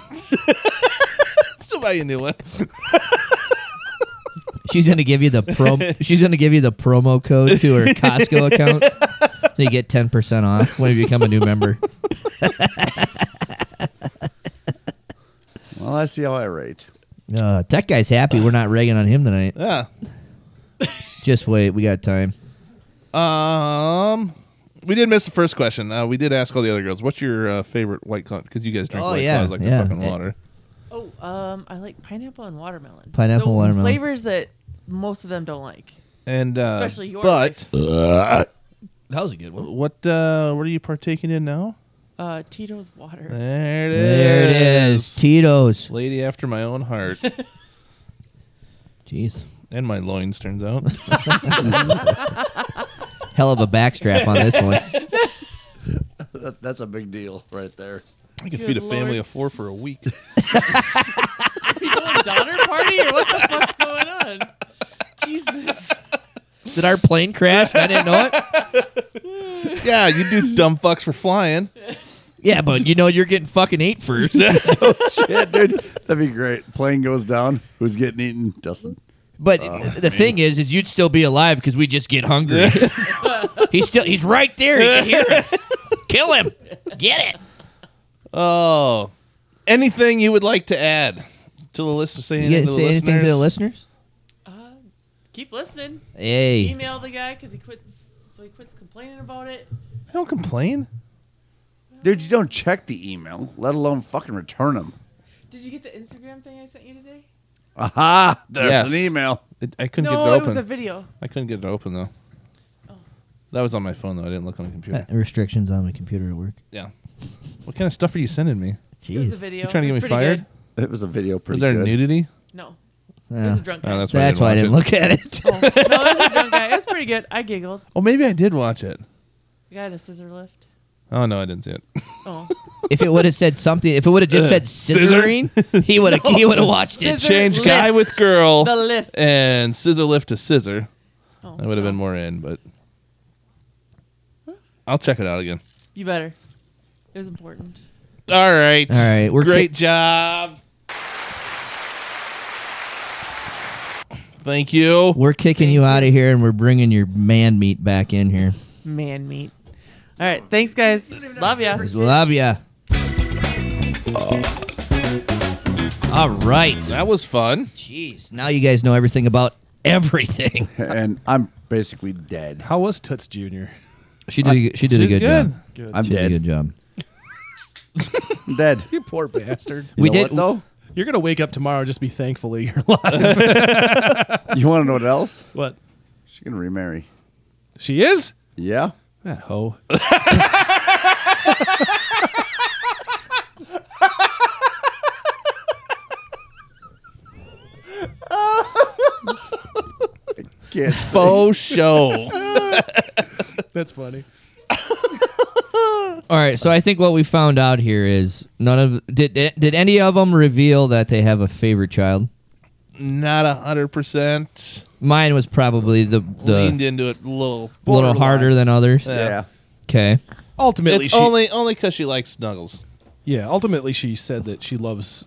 <laughs> She'll buy you a new one. She's gonna give you the pro. she's gonna give you the promo code to her <laughs> Costco account, so you get ten percent off when you become a new member. Well, I see how I rate. Uh, tech guy's happy. We're not ragging on him tonight. Yeah. Just wait, we got time. Um, we did miss the first question. Uh, we did ask all the other girls, "What's your uh, favorite white claw?" Because you guys drink Oh, white yeah, claws like yeah. the fucking Eh. water. Oh, um, I like pineapple and watermelon. Pineapple The and watermelon. flavors that most of them don't like, And uh, especially your. but That was a good one. what uh, what are you partaking in now? uh, Tito's <laughs> water. There it is. There it is, Tito's. Lady after my own <laughs> heart Jeez, and my loins. Turns <laughs> out. hell of a backstrap on this one. That, that's a big deal right there. I could Good feed a family lord. of four for a <laughs> week. Tito's daughter party, or what the fuck's going on? Jesus. Did our plane crash? I didn't know it. yeah, you do dumb fucks for flying. Yeah, but you know you're getting fucking eight first. Shit, dude. That'd be great. Plane goes down. Who's getting eaten? Dustin. But Oh, the thing is, is you'd still be alive because we just get hungry. <laughs> he's still he's right there. He can hear us. Kill him. Get it. Oh, anything you would like to add to the list? Say You didn't anything to the say listeners? anything to the listeners? Uh, Keep listening. Hey, Email the guy because he quits. So he quits complaining about it. I don't complain. Dude, you don't check the email, let alone fucking return them. Did you get the Instagram thing I sent you today? Aha! There's Yes. an email. It, I couldn't get no, it it open. was a Oh. video. I couldn't get it open though. That was on my phone though. I didn't look on <laughs> the computer. Uh, restrictions on the computer at work. yeah. What kind of stuff are you sending me? It was a Jeez, video. You trying to It get was me pretty fired? good. It was a video pretty Was there good. nudity? No. It Yeah. was a Oh. drunk Oh, guy. that's why, That's why I didn't look watch at <laughs> it. no, it was a drunk guy. It was pretty good. I giggled. it. Oh, maybe I did watch it. The guy had a scissor lift. Oh no, I didn't see it. Oh, if it would have said something, if it would have just said Uh, Scissor? scissoring, he <laughs> would have he would have watched it. Scissor Change lift. guy with girl the lift. and scissor lift to scissor. Oh, That would have been more in, but I'll check it out again. You better. It was important. All right. All right, we're Great ki- job. Thank you. we're kicking you out of here, and we're bringing your man meat back in here. Man meat. All right. Thanks, guys. Love ya. Love ya. All right. That was fun. Jeez, now you guys know everything about everything. and I'm basically dead. How was Toots <laughs> Junior? <laughs> She did. A, she did a good, She's good. job. Good. I'm She did a good job. dead. I'm <laughs> dead. you poor bastard. You We know did- what, though. You're gonna wake up tomorrow and just be thankful that you're <laughs> alive. You want to know what else? what? She's gonna remarry. She is Yeah. that <laughs> hoe. Can't Faux show. That's funny. All right, so I think what we found out here is none of did did any of them reveal that they have a favorite child. Not a hundred percent. Mine was probably the Leaned the into it a little. little harder than others. yeah. Okay, Ultimately, It's she, only only because she likes snuggles. yeah. Ultimately, she said that she loves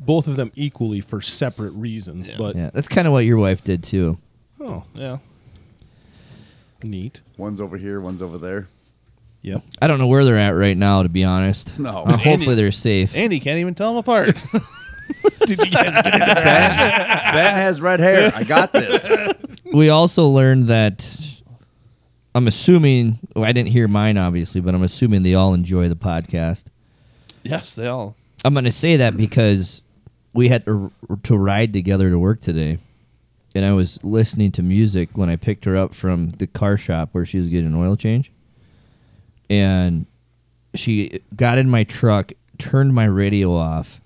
both of them equally for separate reasons. But yeah, that's kind of what your wife did too. oh, Yeah. neat. One's over here. One's over there. Yep. I don't know where they're at right now, to be honest. No. Uh, hopefully they're safe. Andy can't even tell them apart. Did you guys get it? Ben has red hair. I got this. We also learned that I'm assuming well, I didn't hear mine obviously, but I'm assuming they all enjoy the podcast. <laughs> yes, they all. I'm going to say that because we had to, to ride together to work today. And I was listening to music when I picked her up from the car shop where she was getting an oil change. And she got in my truck, turned my radio off,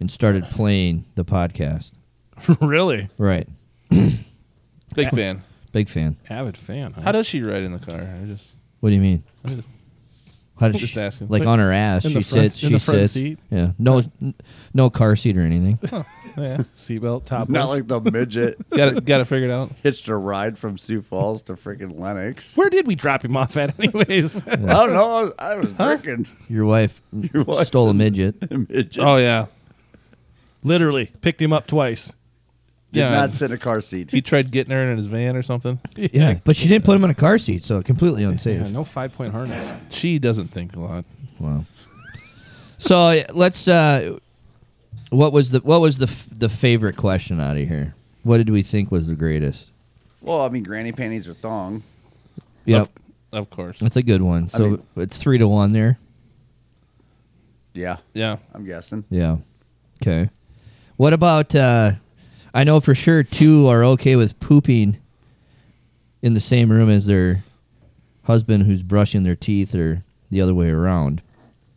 and started playing the podcast. really Right. Big fan. Big fan. avid fan. Huh? How does she ride in the car? I just What do you mean? Just- How did just she, asking. like on her ass? In She the front- sits. in she the front sits. seat? Yeah. No, n- no car seat <laughs> or anything. yeah. Seatbelt top. Not like the midget got it. Got it figured out. hitched a ride from Sioux Falls to freaking Lenox. Where did we drop him off at, <laughs> <laughs> anyways? I don't know. I was, I was freaking <laughs> Your wife, wife- stole <laughs> a midget. midget. Oh yeah. Literally picked him up twice. Did yeah. not sit in a car seat. He tried getting her in his van or something. Yeah, but she didn't put him in a car seat, so completely unsafe. Yeah, no five point harness. She doesn't think a lot. Wow. So uh, let's. Uh, what was the what was the f- the favorite question out of here? What did we think was the greatest? <laughs> Well, I mean, granny panties or thong. Yep, Of, of course. that's a good one. So mean- it's three to one there. Yeah, Yeah. I'm guessing. Yeah. Okay. What about? Uh, I know for sure two are okay with pooping in the same room as their husband who's brushing their teeth, or the other way around.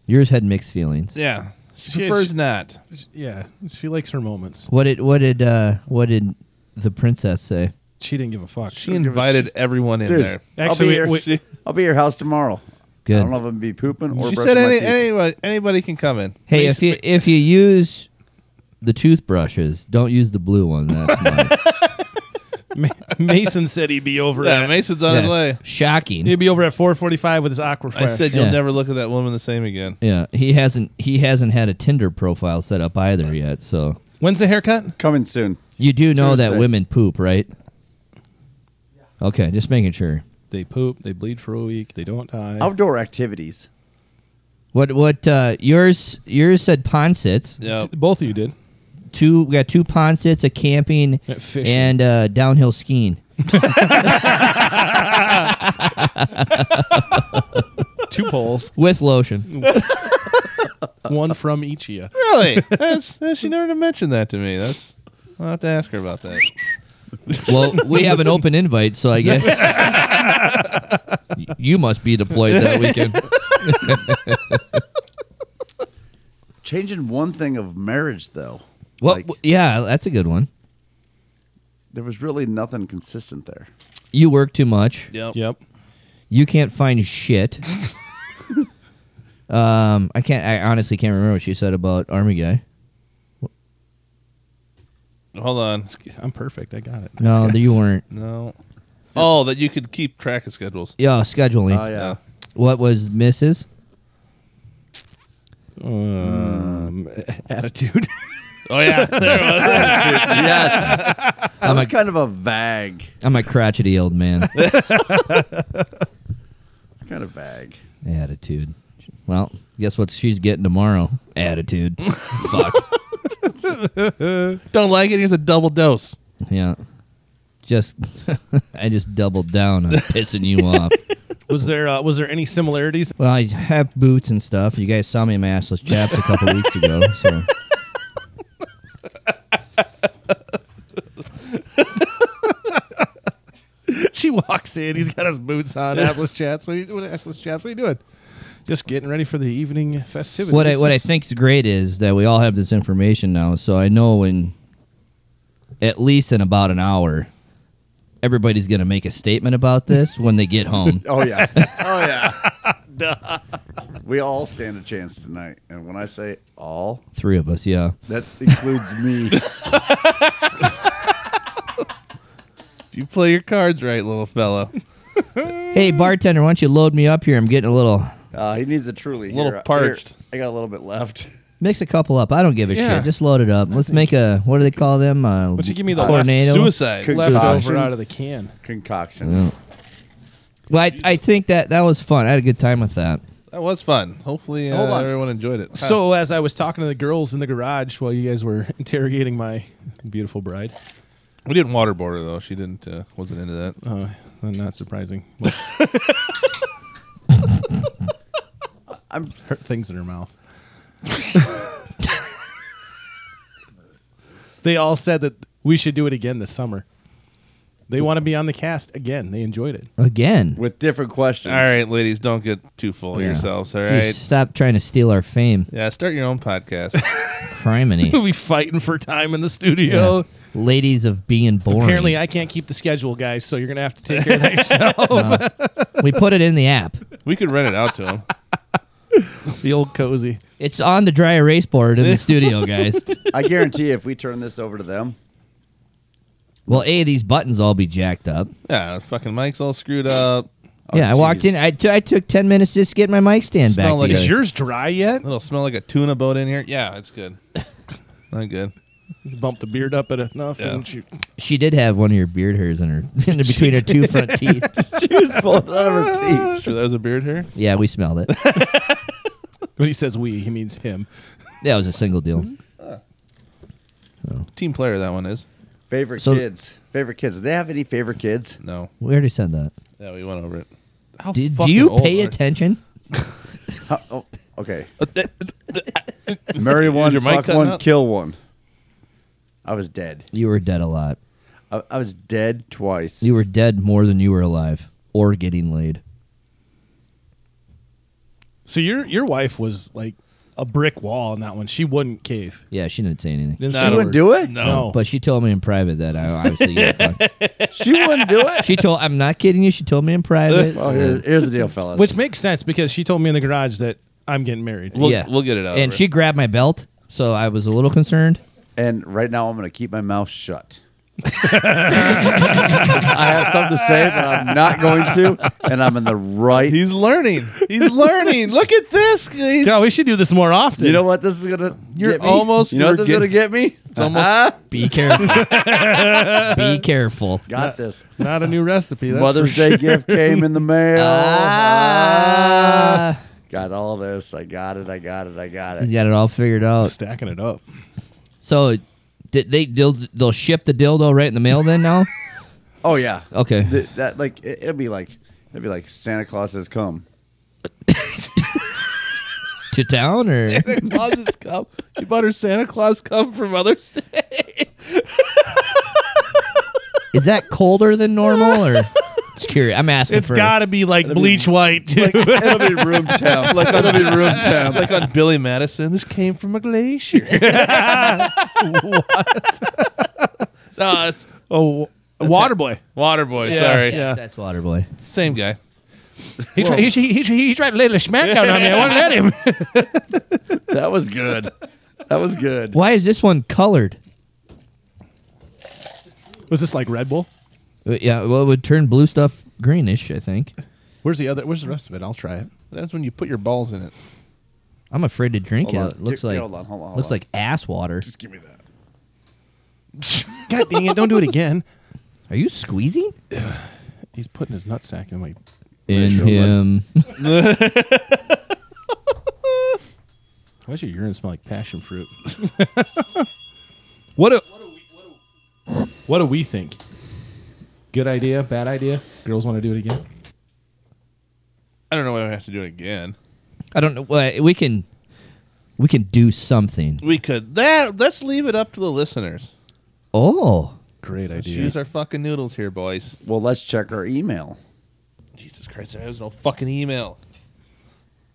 Yours had mixed feelings. Yeah. She, She- prefers not. Yeah, she likes her moments. What did what did uh what did the princess say? She didn't give a fuck. She invited everyone in Dude. there. Actually, I'll, be we- your, I'll be at your house tomorrow. I Good. don't know if I'm gonna be pooping or She said brushing my any, teeth. anybody, anybody can come in. Hey, if you if you use the toothbrushes, don't use the blue one. That's mine. Ma- <laughs> Mason said he'd be over Yeah, at Mason's on his Yeah. way. Shocking. he'd be over at four forty five with his aqua I fresh. said you'll Yeah. never look at that woman the same again. yeah, he hasn't he hasn't had a Tinder profile set up either yet. So When's the haircut? Coming soon. you do know that Tuesday. women poop, right? Okay, just making sure. They poop. They bleed for a week. They don't die. Outdoor activities. What what uh, yours yours said pond sits. Yeah. <laughs> D- Both of you did. Two we got two pond sits, a camping Yeah, fishing. and uh, downhill skiing. Two <laughs> poles, With lotion. one from each of you. Really? That's, that- she never mentioned that to me. That's I'll have to ask her about that. Well, we have an open invite, so I guess Y- you must be deployed that weekend. Changing one thing of marriage though. Well, Like- w- yeah, that's a good one. there was really nothing consistent there. You work too much. Yep. Yep. You can't find shit. um, I can't. I honestly can't remember what she said about Army Guy. Hold on. I'm perfect. I got it. No, that you weren't. No. Oh, that you could keep track of schedules. Yeah, scheduling. Oh, yeah. What was Mrs. Um, <laughs> attitude. Oh yeah. <laughs> There it was. yes, that was a- kind of a vague, I'm a crotchety old man. <laughs> kind of vague. Attitude. Well, guess what she's getting tomorrow? Attitude. Don't like it. Here's a double dose. Yeah. Just, <laughs> I just doubled down on pissing you off. was there uh, was there any <laughs> similarities? Well, I have boots and stuff. You guys saw me in my assless chaps a couple weeks ago. So she walks in. He's got his boots <laughs> on. Uh, Atlas chaps. What are you doing? Atlas chaps. What are you doing? Just getting ready for the evening festivities. what I what I think's great is that we all have this information now. So I know in at least in about an hour, everybody's gonna make a statement about this when they get home. Oh yeah. <laughs> Oh <laughs> yeah. We all stand a chance tonight, and when I say all, Three of us, yeah. that includes me. <laughs> If you play your cards right, little fella. Hey bartender, why don't you load me up here? I'm getting a little Uh, he needs a truly Little Here, parched. here, I got a little bit left. mix a couple up. I don't give a Yeah. shit. Just load it up. Let's make a what do they call them? Uh, Why don't you give me the tornado. Suicide. Could- left Concoction. over out of the can? <laughs> Concoction. Well, I, I think that that was fun. I had a good time with that. That was fun. Hopefully, uh, Hold on. everyone enjoyed it. So as I was talking to the girls in the garage while you guys were <laughs> interrogating my beautiful bride, we didn't waterboard her though. She didn't. Uh, wasn't into that. uh, not surprising. <laughs> But I'm- her, things in her mouth. <laughs> they all said that we should do it again this summer. They want to be on the cast again. They enjoyed it. Again. With different questions. All right, ladies, don't get too full Yeah. of yourselves. All Jeez, right. Stop trying to steal our fame. Yeah, start your own podcast. <laughs> Criminy. We'll be fighting for time in the studio. Ladies of being boring. Apparently, I can't keep the schedule, guys. So you're gonna have to take care of that yourself. we put it in the app. we could rent it out to him. <laughs> the old cozy. It's on the dry erase board <laughs> in the studio, guys. I guarantee if we turn this over to <laughs> them, Well, a these buttons all be jacked up. Yeah, fucking mic's all screwed up. yeah, I walked geez. in. I, t- I took ten minutes just to get my mic stand Oh, Smell back. like a Is together. yours dry yet? It'll smell like a tuna boat in here. Yeah, it's good. Not good. Bump the beard up at enough, Yeah. and she, she did have one of your beard hairs in her <laughs> in between her two front teeth. she was pulling out of her <laughs> teeth. Sure, that was a beard hair. Yeah, we smelled it. when he says we, he means him. That was a single deal. Team player, that one is. Favorite So- kids. Favorite kids. Do they have any favorite kids? No. We already said that. Yeah, we went over it. How Do, do fucking you old pay are- attention? Huh, <laughs> oh, okay. <laughs> Marry one, your mic fuck cutting one, up? kill one. I was dead. You were dead a lot. I, I was dead twice. You were dead more than you were alive or getting laid. So your your wife was like a brick wall on that one. She wouldn't cave. Yeah, she didn't say anything. Didn't She say a wouldn't word. do it? No, But she told me in private that I obviously got fucked. She wouldn't do it. She told I'm not kidding you. She told me in private. Well, here, here's the deal, fellas. which makes sense because she told me in the garage that I'm getting married. We'll, yeah. we'll get it out. and she grabbed my belt, so I was a little concerned. and right now, I'm going to keep my mouth <laughs> shut. I have something to say, but I'm not going to. And I'm in the right. <laughs> He's learning. He's learning. Look at this. He's, Yeah, we should do this more often. you know what? This is gonna. You're get me? almost- You know you're what this is gonna get <laughs> me? It's almost- Be careful. Be careful. <laughs> <laughs> Got this. not a new recipe. That's Mother's for sure. Day gift came in the mail. Ah. Got all this. I got it. I got it. I got He's it. got it all figured out. stacking it up. So, did they they'll, they'll ship the dildo right in the mail <laughs> then now? Oh yeah. Okay. Th- that like it, it'll be like it'll be like Santa Claus has come. to town or <laughs> <laughs> Santa Claus has come. You bought her Santa Claus come for Mother's Day. is that colder than normal <laughs> or? Just curious. I'm asking It's for got to be like bleach white too. <laughs> it'll be room temp. <laughs> Like it'll be room temp. Like on Billy Madison, this came <laughs> from a glacier. what? <laughs> no, it's Oh, Waterboy. Waterboy, Yeah. sorry. Yeah. Yes, that's Waterboy. Same guy. He, tried, he, he, he, he tried to lay the smack down on me. I wouldn't let him. <laughs> That was good. That was good. Why is this one colored? Was this like Red Bull? Uh, Yeah, well, it would turn blue stuff greenish. I think. Where's the other? Where's the rest of it? I'll try it. That's when you put your balls in it. I'm afraid to drink Hold it. on. It looks Here- like here, hold on, hold on, hold looks on. like ass water. Just give me that. God dang it! Don't do it again. Are you squeezing? He's putting his nutsack in my. In Rachel, him. <laughs> Why does your urine smell like passion fruit? <laughs> what a. What do we think? Good idea, bad idea. Girls want to do it again. I don't know why I have to do it again. I don't know. Well, we can we can do something. We could that. Let's leave it up to the listeners. Oh, Great Let's idea. use our fucking noodles here, boys. Well, let's check our email. Jesus Christ, there is no fucking email.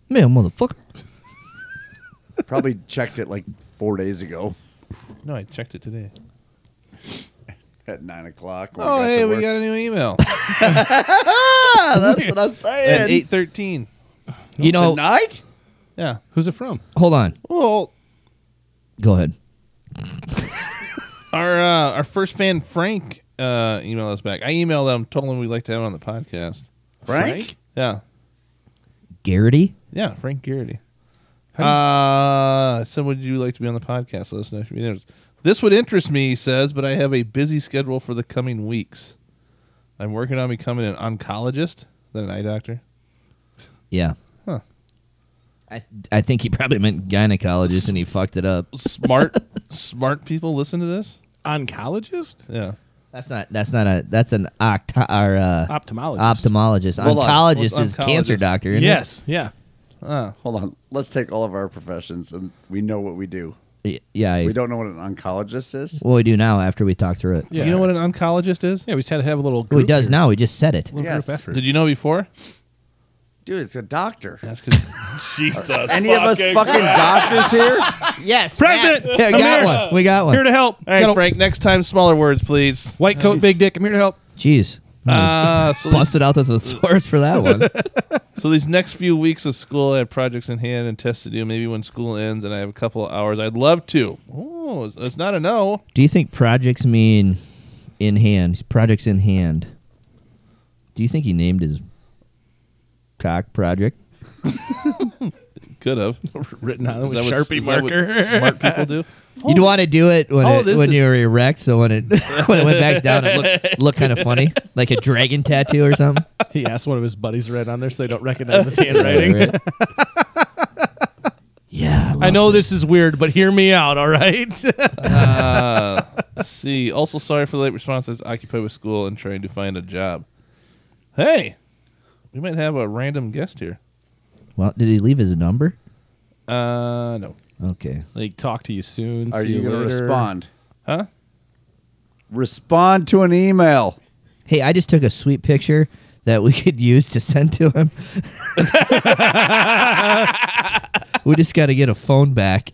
man, motherfucker. Probably checked it like four days ago No, I checked it today. at nine o'clock. when I Oh, got to hey, we work. got a new <laughs> email <laughs> That's what I'm saying. at eight thirteen. You know, Tonight? Yeah. Who's it from? hold on. Well, Go ahead. our uh, our first fan Frank uh, emailed us back. I emailed them, told them we'd like to have him on the podcast. Frank? Yeah, Garrity. yeah, Frank Garrity. Uh, so would you like to be on the podcast? Let us know if you interested. This would interest me, he says, but I have a busy schedule for the coming weeks. I'm working on becoming an oncologist, then an eye doctor. Yeah. Huh. I I think he probably meant gynecologist and he fucked it up. Smart, smart people listen to this. Oncologist? Yeah, That's not that's not a that's an octo- or, uh, Ophthalmologist. ophthalmologist. Hold on. oncologist Well, it's is cancer oncologist. doctor. Isn't Yes. Yeah. Hold on. Let's take all of our professions and we know what we It? do. Y- Yeah. I, We don't know what an oncologist is. Well, we do now after we talk through it. Yeah. you know what an oncologist is? Yeah. We just had to have a little. Group Well, he does here. now. We just said it. Little Yes. group effort. Did you know before? Dude, it's a doctor. <laughs> <laughs> That's because Any of us fucking doctors here? <laughs> Yes. Present! Matt. Yeah, I got America. one. We got one. here to help? All right, Got a Frank. Next time, smaller words, please. White coat, big dick. I'm here to help. Jeez. Hmm. Uh, so, these, Busted out the thesaurus for that one. so these next few weeks of school, I have projects in hand and tests to do. Maybe when school ends, and I have a couple of hours, I'd love to. Oh, it's, it's not a no. Do you think projects mean in hand? Projects in hand. Do you think he named his cock project? Could have. <laughs> Written on Is with that what- Sharpie is that what marker. smart people <laughs> do. You'd want to do it when Oh, it, this when is- you were erect, so when it <laughs> when it went back down, it looked looked kind of <laughs> funny, like a dragon tattoo or something. <laughs> He asked one of his buddies to write on there so they don't recognize <laughs> his handwriting. Yeah, right. Yeah, I know this is weird, but hear me out, all right? <laughs> Let's see. Also, sorry for the late responses. Occupied with school and trying to find a job. Hey, we might have a random guest here. Well, did he leave his number? Uh, no. Okay. like, talk to you soon. Are see you going to later. respond? Huh? Respond to an email. Hey, I just took a sweet picture that we could use to send to <laughs> him. we just got to get a phone back.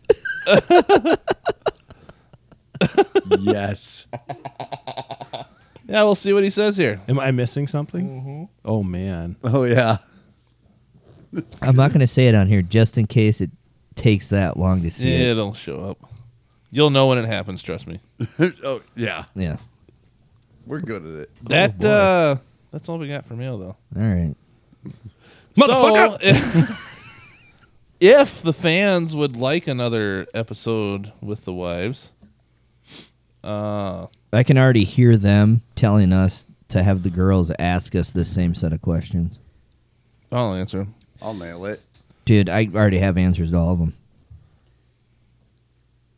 yes. Yeah, we'll see what he says here. Am I missing something? Mm-hmm. Oh, man. Oh, yeah. I'm not going to say it on here just in case it takes that long to see it. It'll show up. You'll know when it happens. Trust me. oh, yeah. Yeah. We're good at it. That uh, that's all we got for mail though. All right. Motherfucker! if, <laughs> if the fans would like another episode with the wives, uh, I can already hear them telling us to have the girls ask us the same set of questions. I'll answer 'em. I'll nail it. Dude, I already have answers to all of them.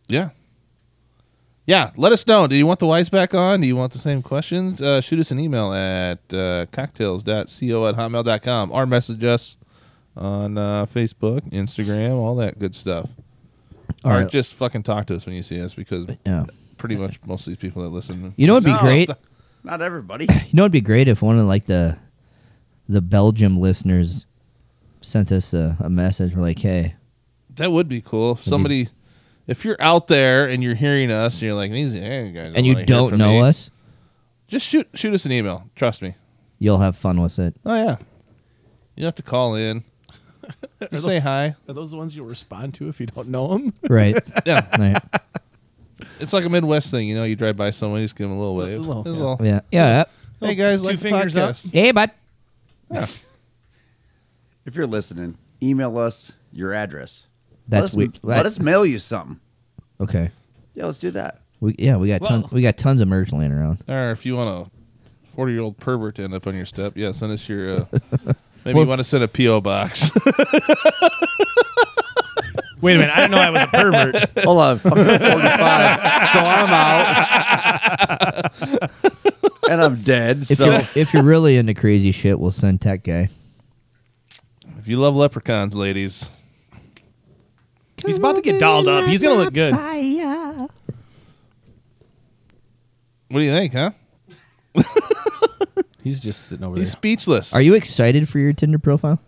Yeah. Yeah, let us know. Do you want the wives back on? Do you want the same questions? Uh, shoot us an email at uh, cocktails.co at hotmail.com or message us on uh, Facebook, Instagram, all that good stuff. All or right. just fucking talk to us when you see us because Uh, Yeah. pretty much most of these people that listen. You know what'd be No. great? Not everybody. You know it'd be great if one of like the the Belgium listeners sent us a, a message. We're like, hey, That would be cool. If somebody, if you're out there and you're hearing us, and you're like, "These hey, guys," and you wanna hear don't from know me," us, Just shoot shoot us an email. Trust me. You'll have fun with <laughs> it. Oh yeah. You don't have to <laughs> call in. Just say those- hi. Are those the ones you'll respond to if you don't know them? Right. Yeah. Right. It's like a Midwest thing, you know, you drive by someone, you just give them a little wave. A little, Just a yeah. little, Yeah. Yeah. Hey guys, Two like the fingers up. podcast." Hey, bud. If you're listening, email us your address. let That's us, weird. Let us mail you something. Okay. Yeah, let's do that. We, yeah, we got tons, Well- we got tons of merch laying around. Or if you want a 40 year old pervert to end up on your step, yeah, send us your. <laughs> Uh, maybe Well- you want to send a <laughs> P.O. box. <laughs> Wait a minute. I didn't know I was a pervert. Hold on, fucking 45. so I'm out. <laughs> and I'm dead. If so you if you're really into crazy shit, we'll send tech guy. if you love leprechauns, ladies, He's about to get dolled up. He's going to look good. what do you think, huh? Oh, He's just sitting over He's there. speechless. Are you excited for your Tinder profile?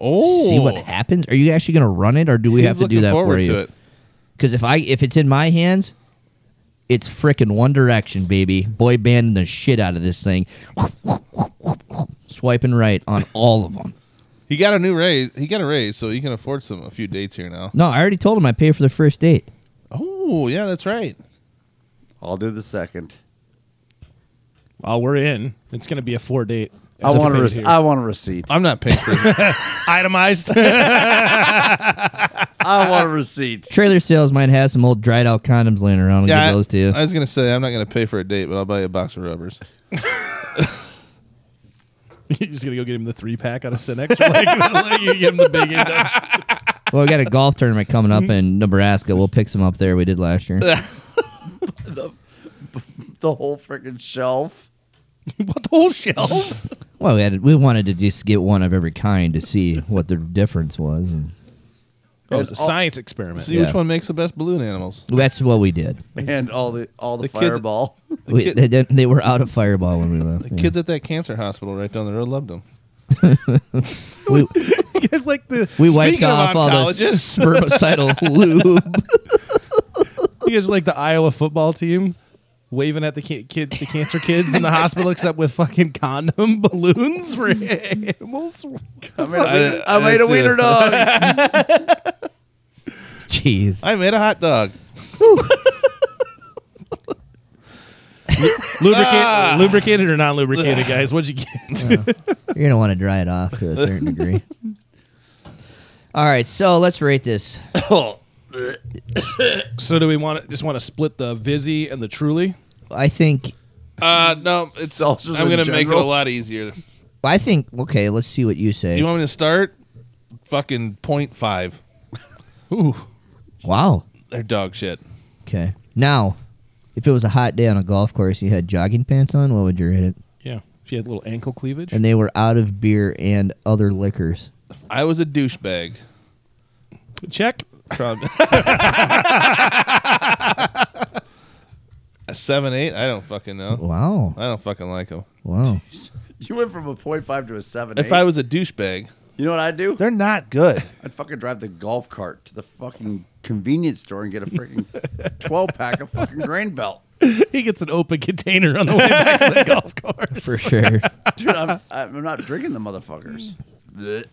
oh, See what happens. Are you actually going to run it, or do we He's have to do looking that for forward to you? it. Because if I if it's in my hands, it's frickin' One Direction, baby. Boy banding the shit out of this thing, swiping right on all of them. He got a new raise. He got a raise, so he can afford some a few dates here now. No, I already told him I pay for the first date. Oh, yeah, that's right. I'll do the second. Well, we're in. It's going to be a four date. I want a to re- I want a receipt. I'm not paying for it. <laughs> itemized. I want a receipt. Trailer sales might have some old dried out condoms laying around. I'll yeah, give those to <laughs> you. I, I was gonna say I'm not gonna pay for a date, but I'll buy you a box of rubbers. You're just going to go get him the three pack out of Cinex. <laughs> like, like you give him the big end. of- well, we got a golf tournament coming up in Nebraska. We'll pick some up there. We did last year. The whole freaking shelf. what the whole shelf? Well, we had we wanted to just get one of every kind to see what the difference was. And Oh, it's a science experiment. See Yeah. which one makes the best balloon animals. that's what we <laughs> did. And all the all the, kids- fireball. <laughs> We, kid- they, didn't- they were out of fireball when we left. The yeah. kids at that cancer hospital right down the road loved them. we, It's like the we wiped of off all the oncologists. spermicidal <laughs> lube. <laughs> You guys are like the Iowa football team waving at the ki- kid, the cancer kids in the hospital, except with fucking condom <laughs> balloons for animals. I made a, wiener- I- I made a that's wiener it. <laughs> dog. Jeez, I made a hot dog. Lubricate, lubricated or non-lubricated, <laughs> guys? What'd you get? you're gonna want to dry it off to a certain degree. All right, so let's rate this. so, do we want to just want to split the Vizzy and the Truly? I think. Uh, no, it's Salsas I'm in gonna make it a general. lot easier. I think. Okay, let's see what you say. You want me to start? Fucking point five. Ooh, wow. They're dog shit. Okay. Now, if it was a hot day on a golf course, you had jogging pants on. What would you rate it? yeah. If you had a little ankle cleavage, And they were out of beer and other liquors. If I was a douchebag. check. Probably. <laughs> a seven eight. I don't fucking know. Wow. I don't fucking like them. Wow. You went from a point five to a seven. If I was a douchebag, you know what I'd do? they're not good. I'd fucking drive the golf cart to the fucking convenience store and get a freaking <laughs> twelve pack of fucking grain belt. <laughs> He gets an open container on the way back <laughs> to the golf course. For sure. Dude, I'm, I'm not drinking the motherfuckers. Blech.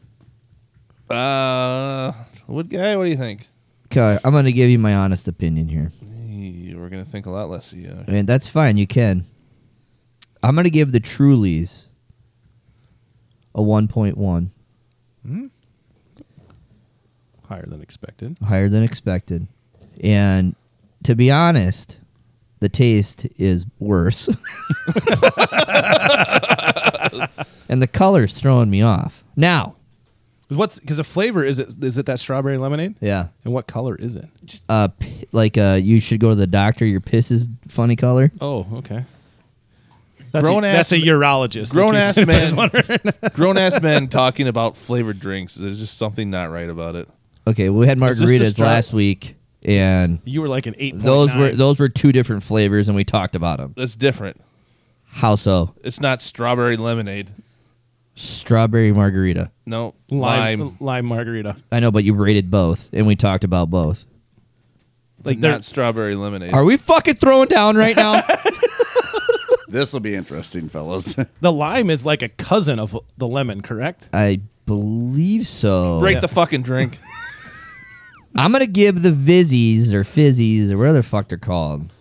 Uh, wood guy. What do you think? <laughs> Okay, I'm going to give you my honest opinion here. You were gonna think a lot less of <laughs> you. And that's fine. You can. I'm going to give the Trulies a 1.1, Higher than expected. higher than expected. And to be honest, the taste is worse. <laughs> and the color's throwing me off. Now, What's because the flavor is it? Is it that strawberry lemonade? yeah. And what color is it? uh, p- like uh, you should go to the doctor. Your piss is funny color. Oh, okay. That's Grown a, ass- that's a urologist. in Grown case <laughs> ass men, grown ass men talking about flavored drinks. There's just something not right about it. Okay, we had this the margaritas stra- last week, and You were like an eight. those were those were two different flavors, and we talked about them. That's different. How so? It's not strawberry lemonade. Strawberry margarita. No lime, lime. lime margarita. I know, but you rated both, and we talked about both. Like they're- not strawberry lemonade. Are we fucking throwing down right now? This will be interesting, fellas. <laughs> the lime is like a cousin of the lemon, correct? I believe so. Break the fucking drink. <laughs> I'm gonna give the Vizzies or Fizzies or whatever the fuck they're called.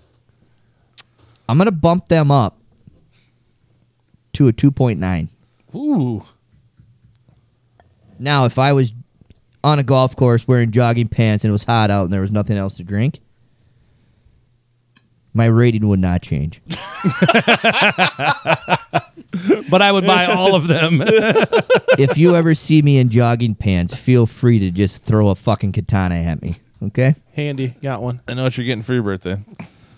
I'm gonna bump them up to a 2.9. Ooh. Now, if I was on a golf course wearing jogging pants and it was hot out and there was nothing else to drink, my rating would not change. <laughs> But I would buy all of them. if you ever see me in jogging pants, feel free to just throw a fucking katana at me. Okay? <laughs> Handy, got one. I know what you're getting for your birthday.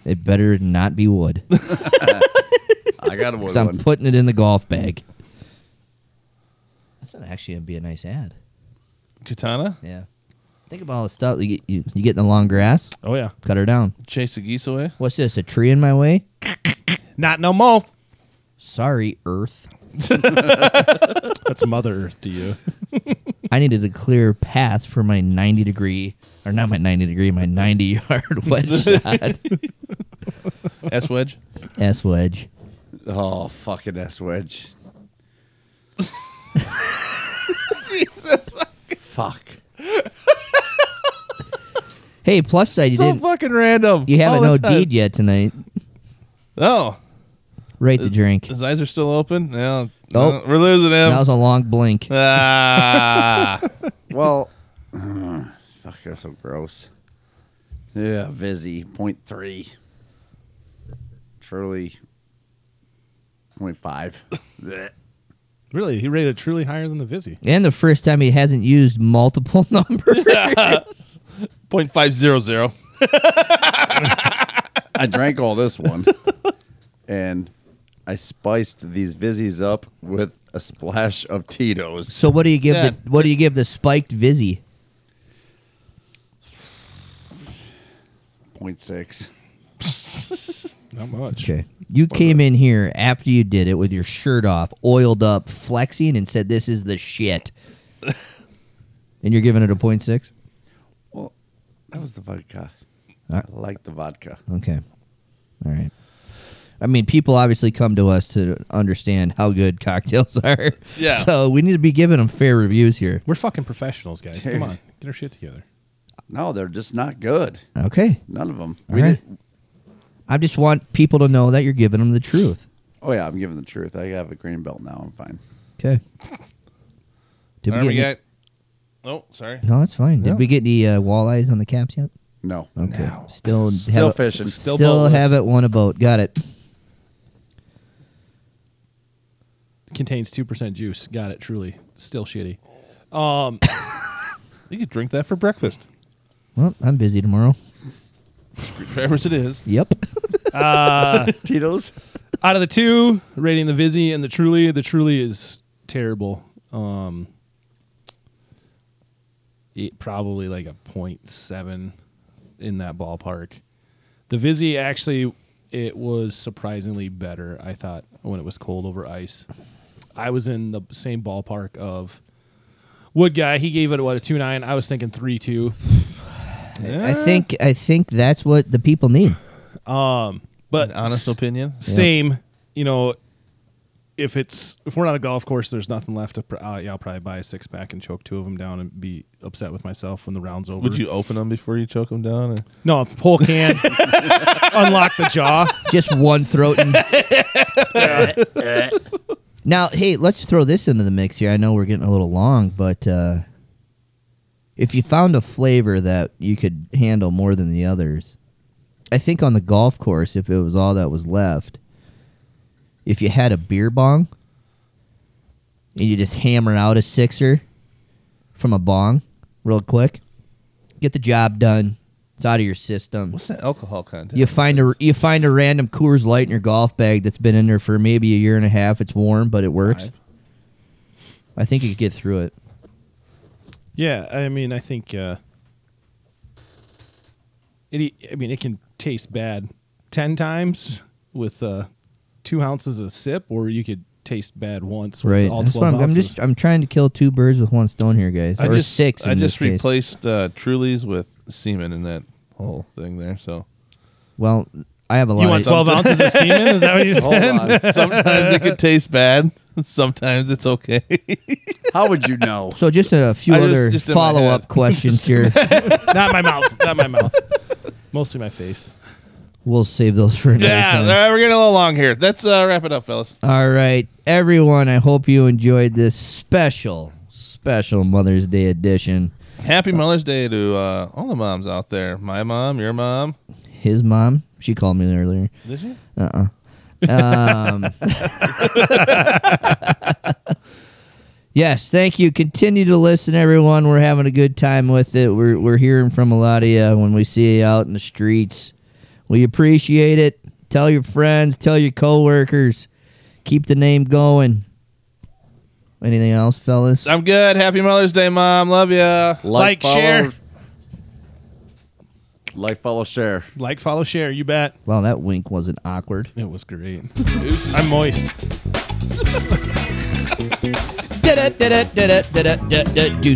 It better not be wood. I got a wood Because I'm one. putting it in the golf bag. That's not actually going to be a nice ad. Katana, Yeah. Think about all the stuff. You get, you, you get in the long grass, Oh yeah. cut her down. chase the geese away. What's this? A tree in my way? Not no more. Sorry, Earth. That's Mother Earth to <laughs> you. I needed a clear path for my 90 degree, or not my 90 degree, my 90 yard <laughs> wedge <laughs> shot. S wedge. S wedge. Oh, fucking S wedge. Jesus. Fuck. Hey, plus side, you so didn't. fucking random. You haven't All the OD'd yet tonight. time. Oh, Right to drink. his eyes are still open. Yeah, Nope. we're losing him. That was a long blink. <laughs> ah, Well, <sighs> fuck, they're so gross. Yeah, Vizzy, point three. Truly, point five. Blech. Really? He rated it truly higher than the Vizzy. And the first time he hasn't used multiple <laughs> numbers. point five zero zero. I drank all this one, <laughs> and I spiced these Vizzies up with a splash of Tito's. So what do you give Yeah. the what do you give the spiked Vizzy? Point six. Not much. Okay. You came in here after you did it with your shirt off, oiled up, flexing, and said this is the <laughs> shit. and you're giving it a point six? Well, that was the vodka. All right. I like the vodka. Okay. All right. I mean, people obviously come to us to understand how good <laughs> cocktails are. Yeah. So we need to be giving them fair reviews here. We're fucking professionals, guys. Dude. Come on. Get our shit together. No, they're just not good. Okay. None of them. All right. I just want people to know that you're giving them the truth. Oh yeah, I'm giving the truth. I have a green belt now. I'm fine. Okay. Did Army any- guy. Oh, sorry. No, that's fine. Did No. we get any uh, walleyes on the caps yet? No. Okay. Still, Still have it, fishing. Still, Still boatless. have it. Won a boat. Got it. Contains two percent juice. Got it, truly. Still shitty. You could drink that for breakfast. Well, I'm busy tomorrow. Whatever it is. Yep. <laughs> <laughs> Tito's. Out of the two, rating the Vizzy and the Truly, the Truly is terrible. Um it- probably like a point seven in that ballpark. The Vizzy actually it was surprisingly better, I thought, when it was cold over ice. I was in the same ballpark of Wood guy, he gave it what a two nine. I was thinking three two. I think I think that's what the people need. But An honest opinion. same you know if it's if we're on a golf course there's nothing left to pr- uh, yeah, i'll probably buy a six pack and choke two of them down and be upset with myself when the round's over Would you open them before you choke them down? Or? no pull can <laughs> unlock the jaw Just one throat. And now, hey, let's throw this into the mix here. I know we're getting a little long, but uh, if you found a flavor that you could handle more than the others, I think on the golf course, if it was all that was left, if you had a beer bong and you just hammer out a sixer from a bong real quick, get the job done. It's out of your system. What's that alcohol content? You find a you find a random Coors Light in your golf bag that's been in there for maybe a year and a half. It's warm, but it works. Five. I think you could get through it. yeah i mean i think uh it e- i mean it can taste bad 10 times with uh two ounces of sip or you could taste bad once with Right. all That's 12 what I'm, I'm ounces. just I'm trying to kill two birds with one stone here, guys. I or just six. In I just this case. replaced uh, Trulies with semen in that whole thing <laughs> there. So Well, I have a lot. You want of, 12 ounces of semen? Is that what you <laughs> Hold said? on. sometimes it could taste bad. <laughs> Sometimes it's okay. How would you know? so just a few I just- other just in my follow up head. <laughs> questions here. not my mouth. Not my mouth. Mostly my face. We'll save those for <laughs> another yeah, time. uh, we're getting a little long here. Let's uh, wrap it up, fellas. All right, everyone. I hope you enjoyed this special, special Mother's Day edition. Happy Mother's Day to uh, all the moms out there. My mom, your mom. His mom, she called me earlier. Did she? Uh uh Um, <laughs> yes, thank you. Continue to listen, everyone. We're having a good time with it. We're, we're hearing from a lot of you when we see you out in the streets. We appreciate it. Tell your friends, tell your coworkers. Keep the name going. Anything else, fellas? I'm good. Happy Mother's Day, mom. Love ya. Like, share. Like, follow, share. Like, follow, share. You bet. Well, that wink wasn't awkward. It was great. I'm moist. Did it, did it, did it, did it, did it, did